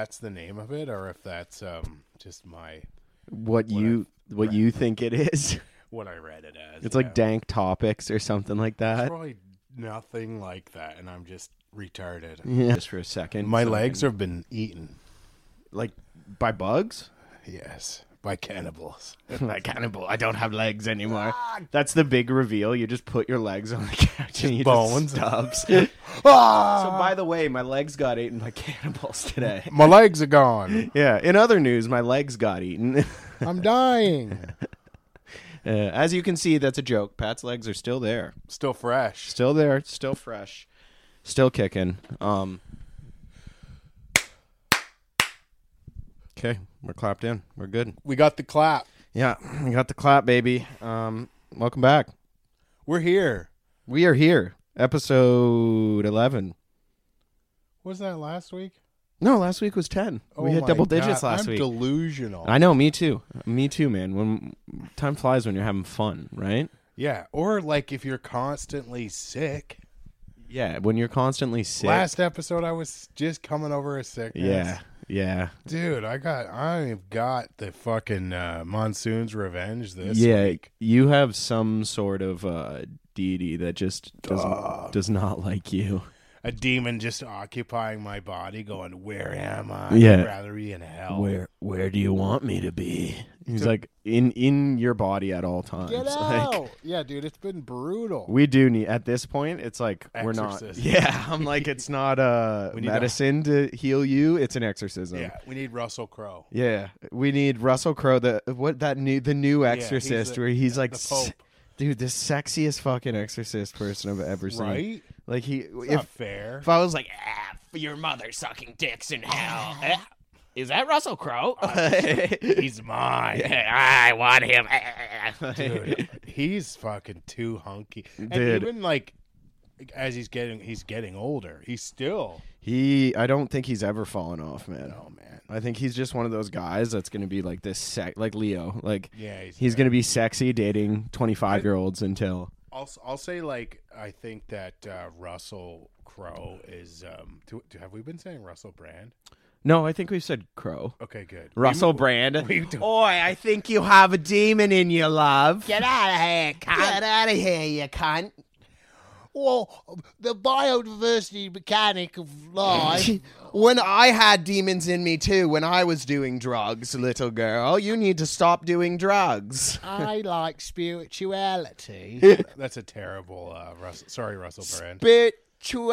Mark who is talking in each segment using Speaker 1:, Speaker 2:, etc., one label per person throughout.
Speaker 1: that's the name of it or if that's um just my
Speaker 2: What you what you think it is?
Speaker 1: what I read it as.
Speaker 2: It's
Speaker 1: yeah.
Speaker 2: like dank topics or something like
Speaker 1: It's
Speaker 2: that.
Speaker 1: probably nothing like that, and I'm just retarded.
Speaker 2: Yeah. Just for a second.
Speaker 1: My legs have been eaten.
Speaker 2: like by bugs.
Speaker 1: Yes, by cannibals.
Speaker 2: like cannibal, I don't have legs anymore. That's the big reveal. You just put your legs on the couch and you
Speaker 1: bones.
Speaker 2: just stubs.
Speaker 1: ah!
Speaker 2: So by the way, my legs got eaten by cannibals today.
Speaker 1: My legs are gone.
Speaker 2: Yeah. In other news, my legs got eaten. uh,
Speaker 1: I'm dying.
Speaker 2: as you can see, that's a joke. Pat's legs are still there,
Speaker 1: Still fresh.
Speaker 2: still there, still fresh, still kicking. Um. Okay, we're clapped in. We're good.
Speaker 1: We got the clap.
Speaker 2: Yeah, we got the clap, baby. Um, welcome back.
Speaker 1: We're here.
Speaker 2: We are here. Episode eleven.
Speaker 1: Was that last week?
Speaker 2: No, last week was ten. we
Speaker 1: Oh
Speaker 2: hit
Speaker 1: my
Speaker 2: double digits
Speaker 1: God,
Speaker 2: last
Speaker 1: I'm
Speaker 2: week.
Speaker 1: Delusional.
Speaker 2: I know, me too. Me too, man. When time flies when you're having fun, right?
Speaker 1: yeah, or like if you're constantly sick.
Speaker 2: Yeah, when you're constantly sick.
Speaker 1: Last episode, I was just coming over a sickness.
Speaker 2: yeah, yeah,
Speaker 1: dude, I got I've got the fucking uh, monsoon's revenge this
Speaker 2: yeah.
Speaker 1: week.
Speaker 2: You have some sort of uh, deity that just does
Speaker 1: Duh.
Speaker 2: does not like you.
Speaker 1: a demon just occupying my body, going, "Where am I?
Speaker 2: Yeah.
Speaker 1: I'd rather be in hell."
Speaker 2: where do you want me to be? He's like in in your body at all times.
Speaker 1: Get
Speaker 2: Like,
Speaker 1: out! yeah, dude, it's been brutal.
Speaker 2: we do need at this point. It's like we're not.
Speaker 1: Exorcist.
Speaker 2: Yeah, I'm like it's not uh,
Speaker 1: We need a-
Speaker 2: medicine to heal you. It's an exorcism.
Speaker 1: yeah, we need Russell Crowe.
Speaker 2: Yeah, we need Russell Crowe, the what that new the new
Speaker 1: he's
Speaker 2: Exorcist,
Speaker 1: the-
Speaker 2: where he's like,
Speaker 1: the
Speaker 2: s-
Speaker 1: Pope.
Speaker 2: dude, the sexiest fucking Exorcist person I've ever seen.
Speaker 1: Right?
Speaker 2: Like he,
Speaker 1: It's not
Speaker 2: if
Speaker 1: fair.
Speaker 2: if I was like,
Speaker 3: ah, f- your mother sucking dicks in hell. Eh, Is that Russell Crowe?
Speaker 1: He's mine,
Speaker 3: I want him.
Speaker 1: dude. He's fucking too hunky, and
Speaker 2: Dude.
Speaker 1: even like as he's getting he's getting older, he's still.
Speaker 2: he, I don't think he's ever fallen off, man.
Speaker 1: Oh man,
Speaker 2: I think he's just one of those guys that's gonna be like this, sec- like Leo, like
Speaker 1: yeah, he's.
Speaker 2: he's gonna be sexy dating twenty five year olds until
Speaker 1: I'll I'll say like I think that uh, Russell Crowe is. Um, do, do, have we been saying Russell Brand?
Speaker 2: no, I think we've said Crow.
Speaker 1: Okay, good. We-
Speaker 2: Russell Brand.
Speaker 1: we do-
Speaker 2: Oi, I think you have a demon in you, love.
Speaker 3: Get out of here, cunt.
Speaker 2: out of here, you cunt.
Speaker 3: Well, the biodiversity mechanic of life.
Speaker 2: when I had demons in me too, when I was doing drugs, little girl, you need to stop doing drugs.
Speaker 3: I like spirituality.
Speaker 1: That's a terrible uh, Russell. Sorry, Russell Brand.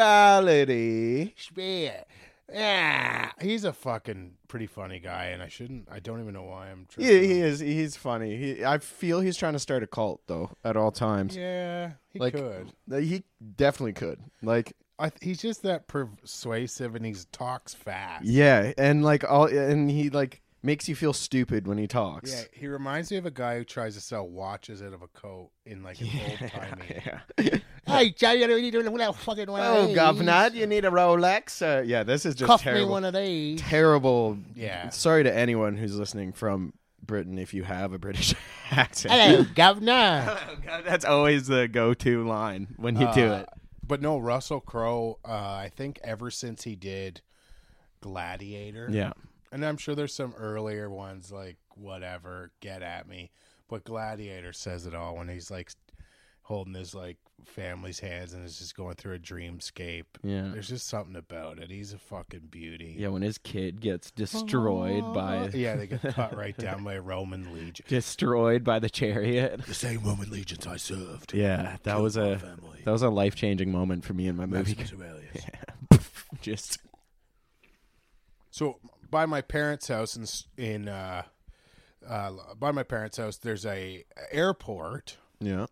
Speaker 2: Spirituality.
Speaker 3: Spirit. Yeah.
Speaker 1: He's a fucking pretty funny guy, and I shouldn't. I don't even know why I'm.
Speaker 2: He,
Speaker 1: tripping
Speaker 2: he
Speaker 1: on-
Speaker 2: is. He's funny. He, I feel he's trying to start a cult though. At all times,
Speaker 1: Yeah, he
Speaker 2: Like-
Speaker 1: could.
Speaker 2: he definitely could. Like,
Speaker 1: I, th- he's just that persuasive, and he talks fast.
Speaker 2: yeah, and like all, and he like makes you feel stupid when he talks.
Speaker 1: Yeah, he reminds me of a guy who tries to sell watches out of a coat in like an old timey.
Speaker 2: Yeah.
Speaker 3: Hey, Jay, you need a fucking one of
Speaker 2: Oh,
Speaker 3: these.
Speaker 2: governor, you need a Rolex? Uh, yeah, this is just
Speaker 3: Cuff me
Speaker 2: terrible.
Speaker 3: one of these.
Speaker 2: terrible.
Speaker 1: Yeah.
Speaker 2: Sorry to anyone who's listening from Britain if you have a British accent.
Speaker 3: Hello, governor.
Speaker 2: Oh, God, That's always the go-to line when you do
Speaker 1: Uh,
Speaker 2: it.
Speaker 1: But no, Russell Crowe. Uh, I think ever since he did Gladiator,
Speaker 2: Yeah.
Speaker 1: and I'm sure there's some earlier ones like whatever, get at me. But Gladiator says it all when he's like holding his like family's hands and is just going through a dreamscape.
Speaker 2: Yeah.
Speaker 1: There's just something about it. He's a fucking beauty.
Speaker 2: Yeah, when his kid gets destroyed by
Speaker 1: Yeah, they get cut right down by a Roman legion.
Speaker 2: destroyed by the chariot.
Speaker 1: The same Roman legions I served.
Speaker 2: Yeah, that
Speaker 1: Killed
Speaker 2: was
Speaker 1: my
Speaker 2: a
Speaker 1: family.
Speaker 2: that was a life-changing moment for me in my movie.
Speaker 1: Maximus Aurelius.
Speaker 2: Just
Speaker 1: So by my parents' house in s- in uh, uh, by my parents' house, there's a airport.
Speaker 2: yeah.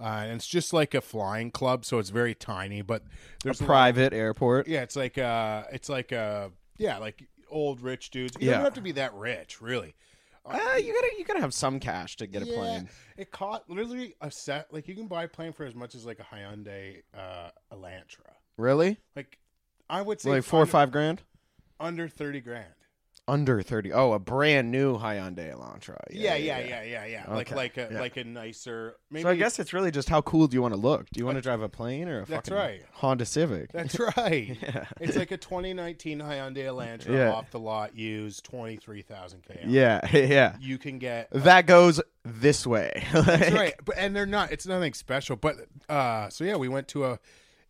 Speaker 1: Uh, and it's just like a flying club, so it's very tiny. But there's a lot-
Speaker 2: Private airport.
Speaker 1: yeah, it's like uh, it's like uh, yeah, like old rich dudes. You
Speaker 2: Yeah.
Speaker 1: don't have to be that rich, really.
Speaker 2: Uh, you gotta you gotta have some cash to get a plane.
Speaker 1: It cost literally a set. Like you can buy a plane for as much as like a Hyundai uh, Elantra.
Speaker 2: Really?
Speaker 1: Like I would say
Speaker 2: Like four or
Speaker 1: under-
Speaker 2: five grand?
Speaker 1: under thirty grand.
Speaker 2: under 30. Oh, a brand new Hyundai Elantra.
Speaker 1: Yeah, yeah, yeah, yeah, yeah. Like
Speaker 2: Okay.
Speaker 1: like a
Speaker 2: Yeah.
Speaker 1: like a nicer. Maybe,
Speaker 2: So I guess it's really just how cool do you want to look? Do you want to drive a plane or a
Speaker 1: That's
Speaker 2: fucking
Speaker 1: right.
Speaker 2: Honda Civic?
Speaker 1: that's right.
Speaker 2: yeah.
Speaker 1: It's like a 2019 Hyundai Elantra
Speaker 2: Yeah.
Speaker 1: off the lot, used 23,000 k.
Speaker 2: yeah, yeah.
Speaker 1: you can get
Speaker 2: That goes this way.
Speaker 1: That's right. But and they're not. It's nothing special. But uh, so yeah, we went to a.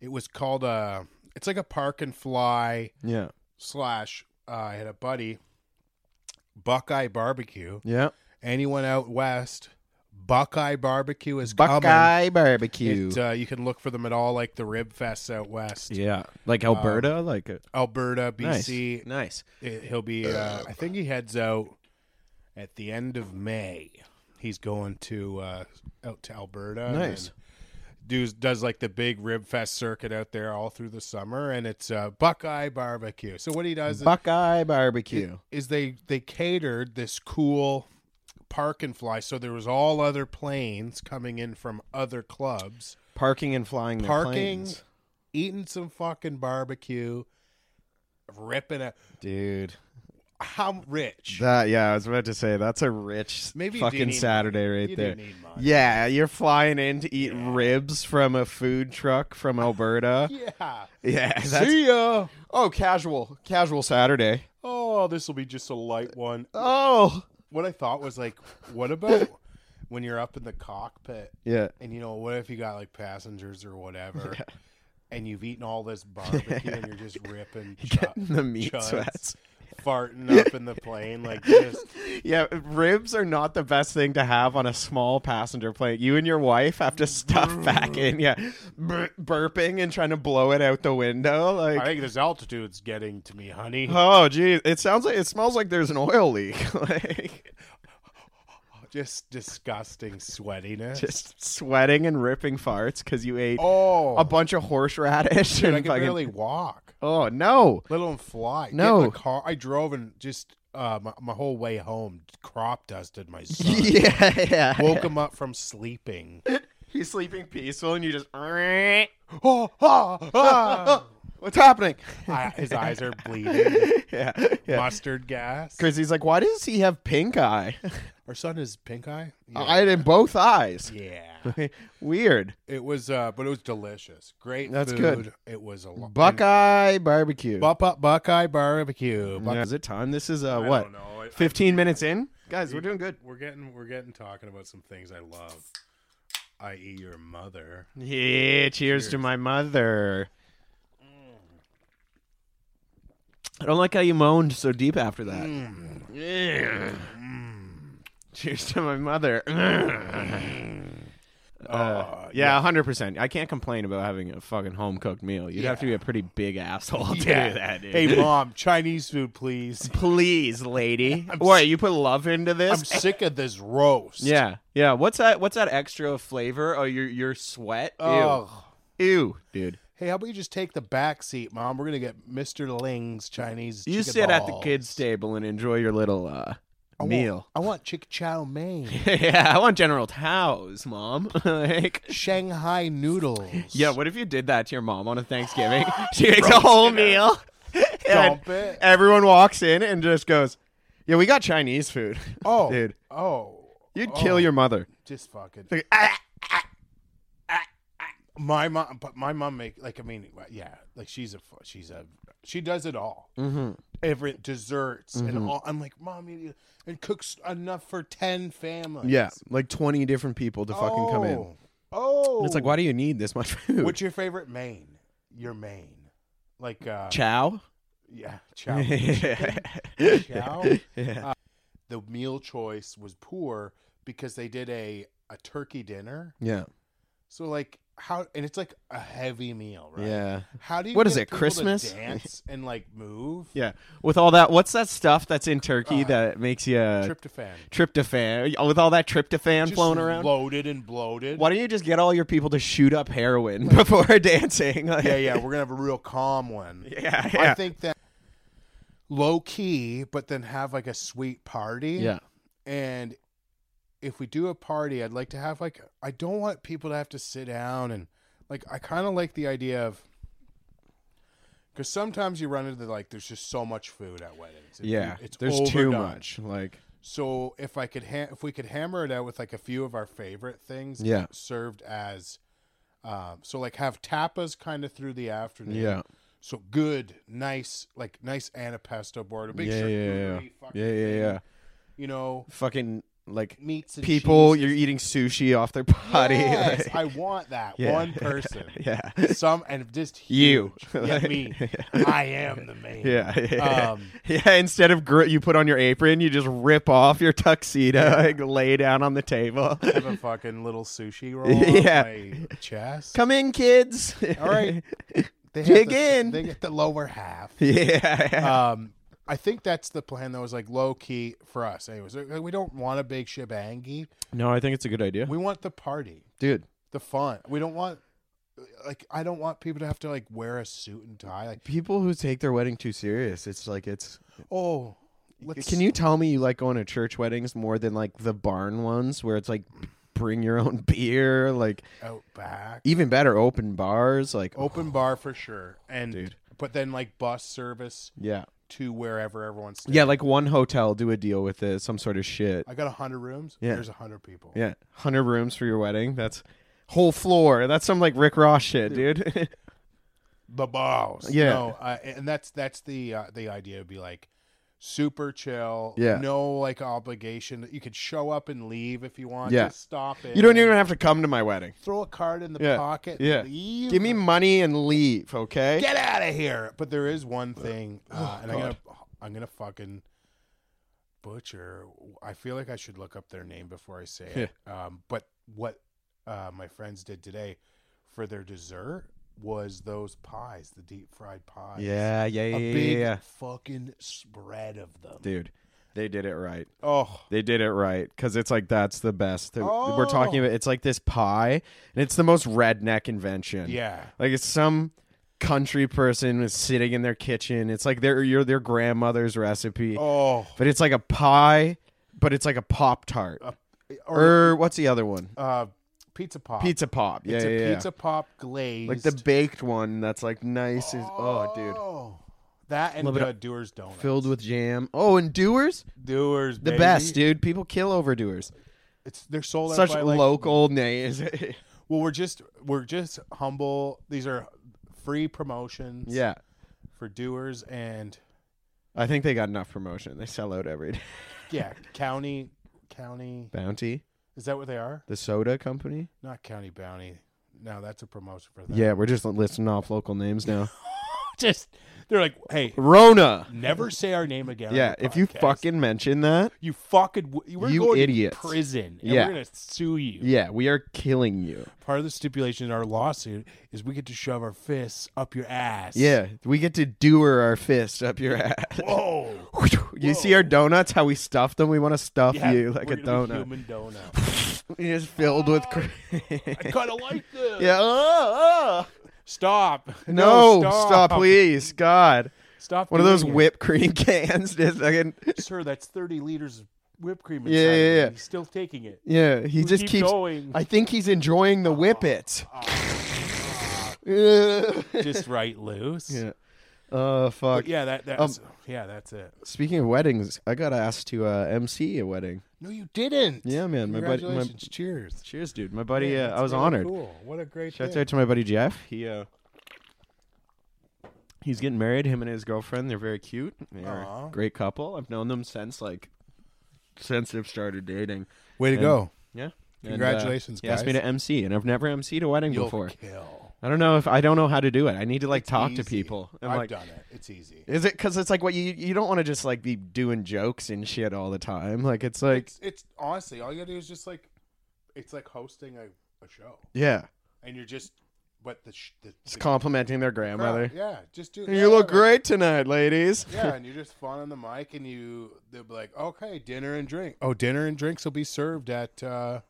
Speaker 1: It was called a. It's like a park and fly
Speaker 2: Yeah.
Speaker 1: slash. Uh, I had a buddy, Buckeye Barbecue.
Speaker 2: Yeah.
Speaker 1: Anyone out west, Buckeye Barbecue is coming.
Speaker 2: Buckeye barbecue.
Speaker 1: It, uh, you can look for them at all, like the Rib Fests out west,
Speaker 2: yeah. Like Alberta,
Speaker 1: Um,
Speaker 2: like a,
Speaker 1: Alberta,
Speaker 2: nice.
Speaker 1: BC.
Speaker 2: Nice.
Speaker 1: It, he'll be. Uh, I think he heads out at the end of May. He's going to uh, out to Alberta.
Speaker 2: Nice.
Speaker 1: and Does does like the big rib fest circuit out there all through the summer, and it's uh, Buckeye Barbecue. So what he does is,
Speaker 2: Buckeye barbecue.
Speaker 1: is they they catered this cool park and fly, so there was all other planes coming in from other clubs,
Speaker 2: Parking and flying their
Speaker 1: parking,
Speaker 2: planes.
Speaker 1: eating some fucking barbecue, ripping a
Speaker 2: Dude.
Speaker 1: how rich.
Speaker 2: That yeah, I was about to say that's a rich
Speaker 1: Maybe you do
Speaker 2: fucking
Speaker 1: need
Speaker 2: Saturday right
Speaker 1: you do
Speaker 2: there.
Speaker 1: need money.
Speaker 2: Yeah, you're flying in to eat ribs from a food truck from Alberta.
Speaker 1: Yeah.
Speaker 2: yeah, that's
Speaker 1: See ya.
Speaker 2: oh casual, casual Saturday.
Speaker 1: Oh, this will be just a light one.
Speaker 2: Oh
Speaker 1: What I thought was like, what about when you're up in the cockpit
Speaker 2: yeah,
Speaker 1: and you know, what if you got like passengers or whatever and you've eaten all this barbecue and you're just ripping chut-
Speaker 2: getting the meat
Speaker 1: chuds,
Speaker 2: sweats.
Speaker 1: farting up in the plane, like just
Speaker 2: Yeah, ribs are not the best thing to have on a small passenger plane. You and your wife have to stuff
Speaker 1: Mm.
Speaker 2: back in. Yeah, Bur- burping and trying to blow it out the window. Like,
Speaker 1: I think this altitude's getting to me, honey.
Speaker 2: oh geez, it sounds like it smells like there's an oil leak. like.
Speaker 1: Just disgusting sweatiness.
Speaker 2: just sweating and ripping farts because you ate
Speaker 1: oh
Speaker 2: a bunch of horseradish
Speaker 1: dude, I
Speaker 2: and
Speaker 1: could
Speaker 2: fucking.
Speaker 1: barely walk.
Speaker 2: Oh no!
Speaker 1: let alone fly. Get in
Speaker 2: No.
Speaker 1: the car. I drove and just uh, my, my whole way home, crop dusted my son.
Speaker 2: yeah, yeah.
Speaker 1: Woke him up from sleeping.
Speaker 2: He's sleeping peaceful, and you just. oh,
Speaker 1: ah.
Speaker 2: What's happening?
Speaker 1: I, his eyes are bleeding.
Speaker 2: yeah, yeah.
Speaker 1: Mustard gas.
Speaker 2: Because he's like, why does he have pink eye?
Speaker 1: Our son is pink eye. Yeah.
Speaker 2: I had in both eyes.
Speaker 1: yeah.
Speaker 2: Weird.
Speaker 1: It was, uh, but it was delicious. Great.
Speaker 2: That's
Speaker 1: food.
Speaker 2: good.
Speaker 1: It was a lot.
Speaker 2: Buckeye barbecue.
Speaker 1: Bup up Buckeye barbecue. Buck-
Speaker 2: Yeah. Is it time? This is uh,
Speaker 1: I
Speaker 2: what?
Speaker 1: don't know. I- I-
Speaker 2: Fifteen minutes in, guys. We're doing good.
Speaker 1: we're getting we're getting talking about some things I love, i.e. your mother.
Speaker 2: Yeah, cheers, to
Speaker 1: Cheers.
Speaker 2: my mother. I don't like how you moaned so deep after that.
Speaker 1: Mm.
Speaker 2: Yeah. Cheers to my mother.
Speaker 1: Mm.
Speaker 2: Uh,
Speaker 1: Oh,
Speaker 2: yeah, hundred percent. I can't complain about having a fucking home cooked meal. You'd have to be a pretty big asshole to do that, dude.
Speaker 1: Hey, mom, Chinese food, please.
Speaker 2: please, lady. Boy, you put love into
Speaker 1: I'm
Speaker 2: this.
Speaker 1: sick of this roast.
Speaker 2: yeah, yeah. What's that? What's that extra flavor? Oh, your your sweat. Ew,
Speaker 1: Oh.
Speaker 2: ew, dude.
Speaker 1: Hey, how about you just take the back seat, mom? We're gonna get Mr. Ling's Chinese.
Speaker 2: You
Speaker 1: chicken
Speaker 2: sit at the
Speaker 1: balls.
Speaker 2: kids' table and enjoy your little uh,
Speaker 1: I want-
Speaker 2: meal.
Speaker 1: I want chick chow mein,
Speaker 2: yeah, I want General Tao's, mom. like,
Speaker 1: Shanghai noodles.
Speaker 2: yeah, what if you did that to your mom on a Thanksgiving? she makes a whole meal. and
Speaker 1: Dump it.
Speaker 2: Everyone walks in and just goes, "Yeah, we got Chinese food."
Speaker 1: Oh,
Speaker 2: dude,
Speaker 1: Oh,
Speaker 2: you'd
Speaker 1: oh,
Speaker 2: kill your mother.
Speaker 1: Just fucking.
Speaker 2: Like, "Ah,
Speaker 1: My mom, but my mom make like I mean, yeah, like she's a fu- she's a she does it all. Every desserts
Speaker 2: Mm-hmm.
Speaker 1: and all. I'm like, mom, you, and cooks enough for ten families.
Speaker 2: Yeah, like twenty different people to fucking come in.
Speaker 1: Oh. Oh,
Speaker 2: It's like, why do you need this much food?
Speaker 1: What's your favorite main? Your main, like uh,
Speaker 2: Chow.
Speaker 1: yeah, chow. chow.
Speaker 2: Yeah.
Speaker 1: Uh, the meal choice was poor because they did a a turkey dinner.
Speaker 2: yeah,
Speaker 1: So like how and it's like a heavy meal, right?
Speaker 2: yeah.
Speaker 1: How do you
Speaker 2: What
Speaker 1: get
Speaker 2: is it,
Speaker 1: people to
Speaker 2: Christmas?
Speaker 1: dance and like move?
Speaker 2: Yeah, with all that, what's that stuff that's in Turkey that makes you uh,
Speaker 1: Tryptophan.
Speaker 2: tryptophan? With all that tryptophan
Speaker 1: Just
Speaker 2: flown around,
Speaker 1: loaded and bloated.
Speaker 2: why don't you just get all your people to shoot up heroin before dancing? Like-
Speaker 1: Yeah, yeah, we're gonna have a real calm one.
Speaker 2: yeah,
Speaker 1: I
Speaker 2: yeah.
Speaker 1: think that low key, but then have like a sweet party.
Speaker 2: yeah.
Speaker 1: and if we do a party i'd like to have like i don't want people to have to sit down and like i kind of like the idea of Because sometimes you run into like there's just so much food at weddings. It-
Speaker 2: Yeah,
Speaker 1: it's
Speaker 2: there's too
Speaker 1: overdone.
Speaker 2: much. Like,
Speaker 1: So if I could, ha- if we could hammer it out with like a few of our favorite things,
Speaker 2: Yeah.
Speaker 1: served as, um, so like have tapas kind of through the afternoon.
Speaker 2: yeah,
Speaker 1: So good, nice, like nice antipasto board. A big
Speaker 2: Yeah, yeah, yeah,
Speaker 1: charcuterie fucking
Speaker 2: yeah, yeah,
Speaker 1: thing,
Speaker 2: yeah.
Speaker 1: You know,
Speaker 2: Fucking like
Speaker 1: meats and
Speaker 2: people,
Speaker 1: cheeses.
Speaker 2: you're eating sushi off their body.
Speaker 1: Yes,
Speaker 2: like-
Speaker 1: I want that
Speaker 2: Yeah.
Speaker 1: one person.
Speaker 2: yeah,
Speaker 1: Some and just
Speaker 2: you.
Speaker 1: huge. Yeah, me. I am the man.
Speaker 2: Yeah, yeah.
Speaker 1: Um,
Speaker 2: yeah. Instead of gr- you put on your apron, you just rip off your tuxedo, like, lay down on the table.
Speaker 1: have a fucking little sushi roll
Speaker 2: Yeah.
Speaker 1: on my chest.
Speaker 2: Come in, kids.
Speaker 1: All right. They have
Speaker 2: Dig
Speaker 1: the-
Speaker 2: in.
Speaker 1: They get the lower half.
Speaker 2: yeah.
Speaker 1: Um, I think that's the plan that was like low key for us. Anyways, Like, we don't want a big shebangy.
Speaker 2: no, I think it's a good idea,
Speaker 1: We want the party,
Speaker 2: dude.
Speaker 1: the fun. We don't want like I don't want people to have to like wear a suit and tie. Like
Speaker 2: People who take their wedding too serious, it's like it's.
Speaker 1: oh, let's,
Speaker 2: Can you tell me you like going to church weddings more than like the barn ones, where it's like bring your own beer, like
Speaker 1: out back
Speaker 2: even better open bars, like oh,
Speaker 1: open bar for sure, and
Speaker 2: Dude.
Speaker 1: but then like bus service
Speaker 2: yeah,
Speaker 1: to wherever everyone's. Staying.
Speaker 2: yeah, like one hotel do a deal with it, some sort of shit.
Speaker 1: I got a hundred rooms.
Speaker 2: Yeah.
Speaker 1: there's a hundred people.
Speaker 2: Yeah, hundred rooms for your wedding. That's whole floor. That's some like Rick Ross shit, dude.
Speaker 1: the balls.
Speaker 2: Yeah.
Speaker 1: no, uh, and that's that's the uh, the idea would be like super chill.
Speaker 2: Yeah.
Speaker 1: no like obligation. You could show up and leave if you want.
Speaker 2: Yeah.
Speaker 1: Just stop it.
Speaker 2: you don't even have to come to my wedding.
Speaker 1: throw a card in the
Speaker 2: Yeah.
Speaker 1: pocket.
Speaker 2: Yeah.
Speaker 1: leave.
Speaker 2: Give me money and leave, okay?
Speaker 1: get out of here. But there is one thing,
Speaker 2: oh,
Speaker 1: uh, and I'm gonna I'm gonna fucking butcher. I feel like I should look up their name before I say it. Um, but what uh, my friends did today for their dessert was those pies, the deep fried pies.
Speaker 2: Yeah, yeah, yeah,
Speaker 1: a
Speaker 2: yeah,
Speaker 1: big
Speaker 2: yeah.
Speaker 1: fucking spread of them.
Speaker 2: dude. They did it right.
Speaker 1: Oh,
Speaker 2: They did it right because it's like that's the best. Th- We're
Speaker 1: Oh.
Speaker 2: talking about it's like this pie, and it's the most redneck invention.
Speaker 1: yeah.
Speaker 2: like it's some country person is sitting in their kitchen. It's like their your their grandmother's recipe,
Speaker 1: Oh,
Speaker 2: but it's like a pie, but it's like a pop tart
Speaker 1: or
Speaker 2: or what's the other one?
Speaker 1: uh, pizza pop.
Speaker 2: Pizza pop. Yeah,
Speaker 1: It's
Speaker 2: yeah,
Speaker 1: a
Speaker 2: yeah.
Speaker 1: pizza pop glaze.
Speaker 2: Like the baked one that's like nice. Is, oh, dude.
Speaker 1: That and
Speaker 2: Little bit
Speaker 1: the Doers Donuts.
Speaker 2: Filled with jam. Oh, and doers?
Speaker 1: Doers,
Speaker 2: The
Speaker 1: baby.
Speaker 2: best, dude. People kill over doers.
Speaker 1: It's they're sold out
Speaker 2: Such
Speaker 1: by, like-
Speaker 2: local names.
Speaker 1: Well, we're just we're just humble. These are free promotions.
Speaker 2: yeah.
Speaker 1: for doers and
Speaker 2: I think they got enough promotion. They sell out every day.
Speaker 1: yeah, county county.
Speaker 2: Bounty,
Speaker 1: Is that what they are?
Speaker 2: the soda company.
Speaker 1: Not county bounty. No, that's a promotion for them.
Speaker 2: Yeah, we're just listing off local names now.
Speaker 1: just they're like, hey,
Speaker 2: Rona.
Speaker 1: never say our name again. on
Speaker 2: Yeah,
Speaker 1: your
Speaker 2: if you
Speaker 1: podcast.
Speaker 2: fucking mention that,
Speaker 1: you fucking w- we're
Speaker 2: You
Speaker 1: going
Speaker 2: idiots.
Speaker 1: to prison. And
Speaker 2: Yeah.
Speaker 1: we're gonna sue you.
Speaker 2: yeah, we are killing you.
Speaker 1: Part of the stipulation in our lawsuit is we get to shove our fists up your ass.
Speaker 2: Yeah, we get to doer our fist up your ass.
Speaker 1: Whoa.
Speaker 2: You see our donuts? How we stuff them? We want to stuff
Speaker 1: Yeah,
Speaker 2: you like
Speaker 1: we're
Speaker 2: a
Speaker 1: gonna be
Speaker 2: donut.
Speaker 1: Human donut.
Speaker 2: It's filled with. Cr-
Speaker 1: I kind of like this.
Speaker 2: yeah. Oh, oh.
Speaker 1: Stop.
Speaker 2: No, stop. please, God.
Speaker 1: Stop.
Speaker 2: One of those
Speaker 1: doing it.
Speaker 2: whipped cream cans. Just fucking-
Speaker 1: Sir, that's 30 liters of whipped cream inside.
Speaker 2: Yeah,
Speaker 1: of
Speaker 2: yeah,
Speaker 1: it.
Speaker 2: yeah.
Speaker 1: He's still taking it.
Speaker 2: yeah, he
Speaker 1: We
Speaker 2: just
Speaker 1: keep
Speaker 2: keeps.
Speaker 1: going. Uh,
Speaker 2: I think he's enjoying the whippets. Oh,
Speaker 1: Just right loose.
Speaker 2: yeah. Oh fuck.
Speaker 1: uh, But yeah, that that's
Speaker 2: Um,
Speaker 1: yeah, that's it.
Speaker 2: Speaking of weddings, I got asked to uh, MC a wedding.
Speaker 1: No, you didn't.
Speaker 2: Yeah, man. My buddy. My,
Speaker 1: Congratulations. Cheers.
Speaker 2: cheers, dude. My buddy.
Speaker 1: Yeah,
Speaker 2: uh,
Speaker 1: that's
Speaker 2: I was
Speaker 1: really
Speaker 2: honored.
Speaker 1: Cool. What a great
Speaker 2: Shouts
Speaker 1: thing.
Speaker 2: out to my buddy Jeff. He uh, he's getting married. Him and his girlfriend. They're very cute. They're
Speaker 1: Aw.
Speaker 2: a great couple. I've known them since like since they've started dating.
Speaker 1: Way to
Speaker 2: and-
Speaker 1: go.
Speaker 2: Yeah. And, uh,
Speaker 1: Congratulations,
Speaker 2: he asked me
Speaker 1: guys.
Speaker 2: to MC, and I've never MC'd a wedding
Speaker 1: You'll
Speaker 2: before.
Speaker 1: kill.
Speaker 2: I don't know if I don't know how to do it. I need to like talk
Speaker 1: Easy.
Speaker 2: to people. And,
Speaker 1: I've
Speaker 2: like,
Speaker 1: done it. It's easy.
Speaker 2: Is it because it's like what you you don't want to just like be doing jokes and shit all the time? Like it's like
Speaker 1: It's it's honestly all you gotta do is just like it's like hosting a, a show.
Speaker 2: yeah,
Speaker 1: And you're just but the sh- the,
Speaker 2: it's
Speaker 1: the
Speaker 2: complimenting their
Speaker 1: crowd-
Speaker 2: grandmother.
Speaker 1: Yeah, just do
Speaker 2: You look
Speaker 1: whatever.
Speaker 2: great tonight, ladies.
Speaker 1: Yeah, and you're just fun on the mic, and you they'll be like, "Okay, dinner and drink." Oh, dinner and drinks will be served at uh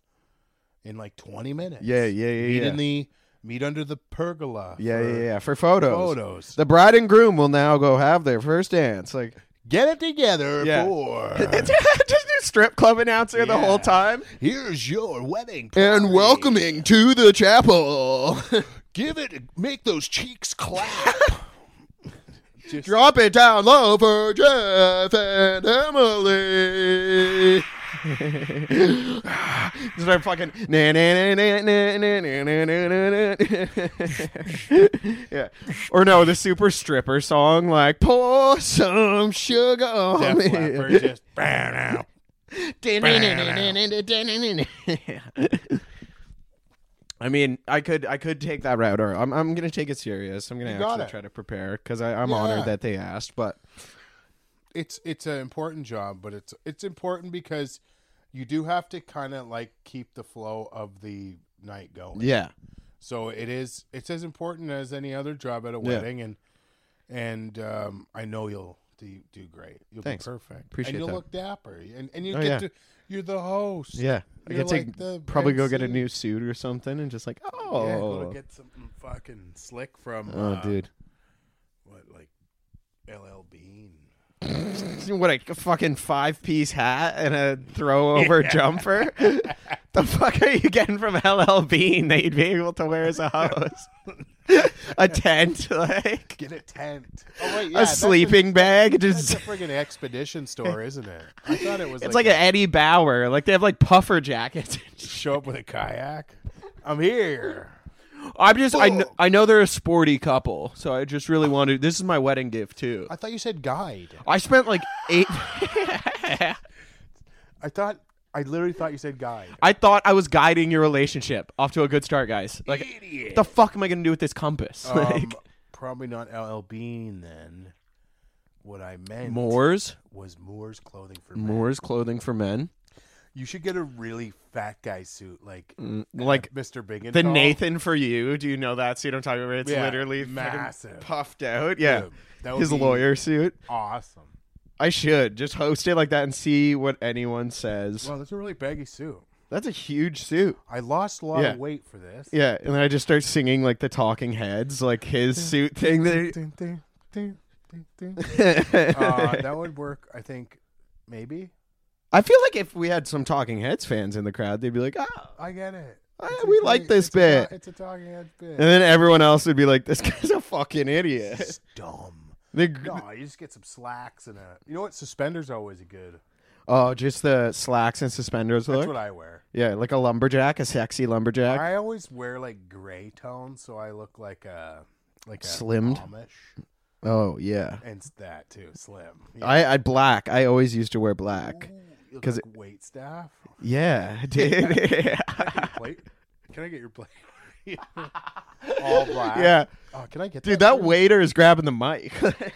Speaker 1: in like 20 minutes.
Speaker 2: Yeah, yeah, yeah,
Speaker 1: Meet
Speaker 2: yeah.
Speaker 1: in the meet under the pergola.
Speaker 2: Yeah,
Speaker 1: for
Speaker 2: yeah, yeah. For photos.
Speaker 1: Photos.
Speaker 2: The bride and groom will now go have their first dance. Like
Speaker 1: Get it together
Speaker 2: Yeah.
Speaker 1: for
Speaker 2: just do strip club announcer the
Speaker 1: Yeah.
Speaker 2: whole time.
Speaker 1: here's your wedding
Speaker 2: And
Speaker 1: party.
Speaker 2: welcoming to the chapel.
Speaker 1: Give it, make those cheeks clap.
Speaker 4: Just
Speaker 2: Drop it down low for Jeff and Emily. Start fucking. na- na- na- na- na- na- na- na- na- na. yeah. Or no, the super stripper song, like, pour some sugar on
Speaker 1: Def
Speaker 2: me.
Speaker 1: Leppard just bam now.
Speaker 2: I mean, I could I could take that route, or I'm I'm gonna take it serious. I'm gonna
Speaker 1: You got
Speaker 2: actually
Speaker 1: it.
Speaker 2: try to prepare because I'm
Speaker 1: Yeah.
Speaker 2: honored that they asked. But
Speaker 1: It's it's an important job, but it's it's important because you do have to kind of like keep the flow of the night going.
Speaker 2: yeah,
Speaker 1: So it is it's as important as any other job at a wedding and and um, I know you'll do, do great. You'll
Speaker 2: Thanks.
Speaker 1: be perfect.
Speaker 2: Appreciate
Speaker 1: and you'll
Speaker 2: that.
Speaker 1: look dapper. And and you
Speaker 2: Oh,
Speaker 1: get
Speaker 2: yeah.
Speaker 1: to you're the host.
Speaker 2: yeah, I
Speaker 1: You're
Speaker 2: get to
Speaker 1: like the
Speaker 2: probably go get a
Speaker 1: MC.
Speaker 2: new suit or something, and just like oh,
Speaker 1: Yeah, go to get something fucking slick from
Speaker 2: oh,
Speaker 1: uh,
Speaker 2: dude,
Speaker 1: what like LL Bean.
Speaker 2: um, what a fucking five piece hat and a throwover jumper. the fuck are you getting from LL Bean that you'd be able to wear as a host? a tent, like
Speaker 1: Get a tent. Oh wait, yeah,
Speaker 2: a
Speaker 1: that's
Speaker 2: sleeping bag,
Speaker 1: That's
Speaker 2: just
Speaker 1: a friggin' expedition store, isn't it? I thought it was.
Speaker 2: It's like, an Eddie Bauer. Like they have like puffer jackets.
Speaker 1: show up with a kayak. I'm here.
Speaker 2: I'm just I know,
Speaker 1: Whoa.
Speaker 2: I know they're a sporty couple, so I just really wanted. This is my wedding gift too.
Speaker 1: I thought you said guide.
Speaker 2: I spent like eight.
Speaker 1: I thought I literally thought you said guide.
Speaker 2: I thought I was guiding your relationship off to a good start, guys. Like, what the fuck am I gonna do with this compass?
Speaker 1: Um,
Speaker 2: like
Speaker 1: probably not LL Bean then. What I meant
Speaker 2: Moore's
Speaker 1: was Moore's clothing for men.
Speaker 2: Moore's clothing for men,
Speaker 1: You should get a really fat guy suit, like
Speaker 2: Mm, like
Speaker 1: Mr. Biggin.
Speaker 2: the Nathan for you. Do you know that suit I'm talking about? It's
Speaker 1: Yeah,
Speaker 2: literally fucking
Speaker 1: massive.
Speaker 2: puffed out. Yeah,
Speaker 1: Dude, that would
Speaker 2: his
Speaker 1: be
Speaker 2: lawyer suit.
Speaker 1: Awesome.
Speaker 2: I should just host it like that and see what anyone says.
Speaker 1: Well, that's a really baggy suit.
Speaker 2: That's a huge suit.
Speaker 1: I lost a lot
Speaker 2: Yeah.
Speaker 1: of weight for this.
Speaker 2: Yeah, and then I just start singing like the Talking Heads, like his suit thing. That
Speaker 1: uh, that would work, I think. Maybe
Speaker 2: I feel like if we had some Talking Heads fans in the crowd, they'd be like, "Oh,"
Speaker 1: I get it.
Speaker 2: Ah,
Speaker 1: It's a
Speaker 2: we like this
Speaker 1: it's a
Speaker 2: bit.
Speaker 1: ta- it's a talking head bit.
Speaker 2: and then everyone else would be like, "This guy's a fucking idiot."
Speaker 1: It's dumb.
Speaker 2: The,
Speaker 1: No, you just get some slacks and a. You know what? Suspenders are always a good.
Speaker 2: oh, just the slacks and suspenders
Speaker 1: That's
Speaker 2: look.
Speaker 1: what I wear.
Speaker 2: yeah, like a lumberjack, a sexy lumberjack.
Speaker 1: I always wear like gray tones, so I look like a like a
Speaker 2: Slimmed?
Speaker 1: Amish,
Speaker 2: Oh yeah,
Speaker 1: and s- that too, slim.
Speaker 2: I I black. I always used to wear black.
Speaker 1: because
Speaker 2: 'cause
Speaker 1: like wait staff.
Speaker 2: Yeah, dude.
Speaker 1: plate. Can I get your plate? All black.
Speaker 2: yeah,
Speaker 1: Oh, can I get
Speaker 2: dude.
Speaker 1: that
Speaker 2: That waiter is grabbing the mic.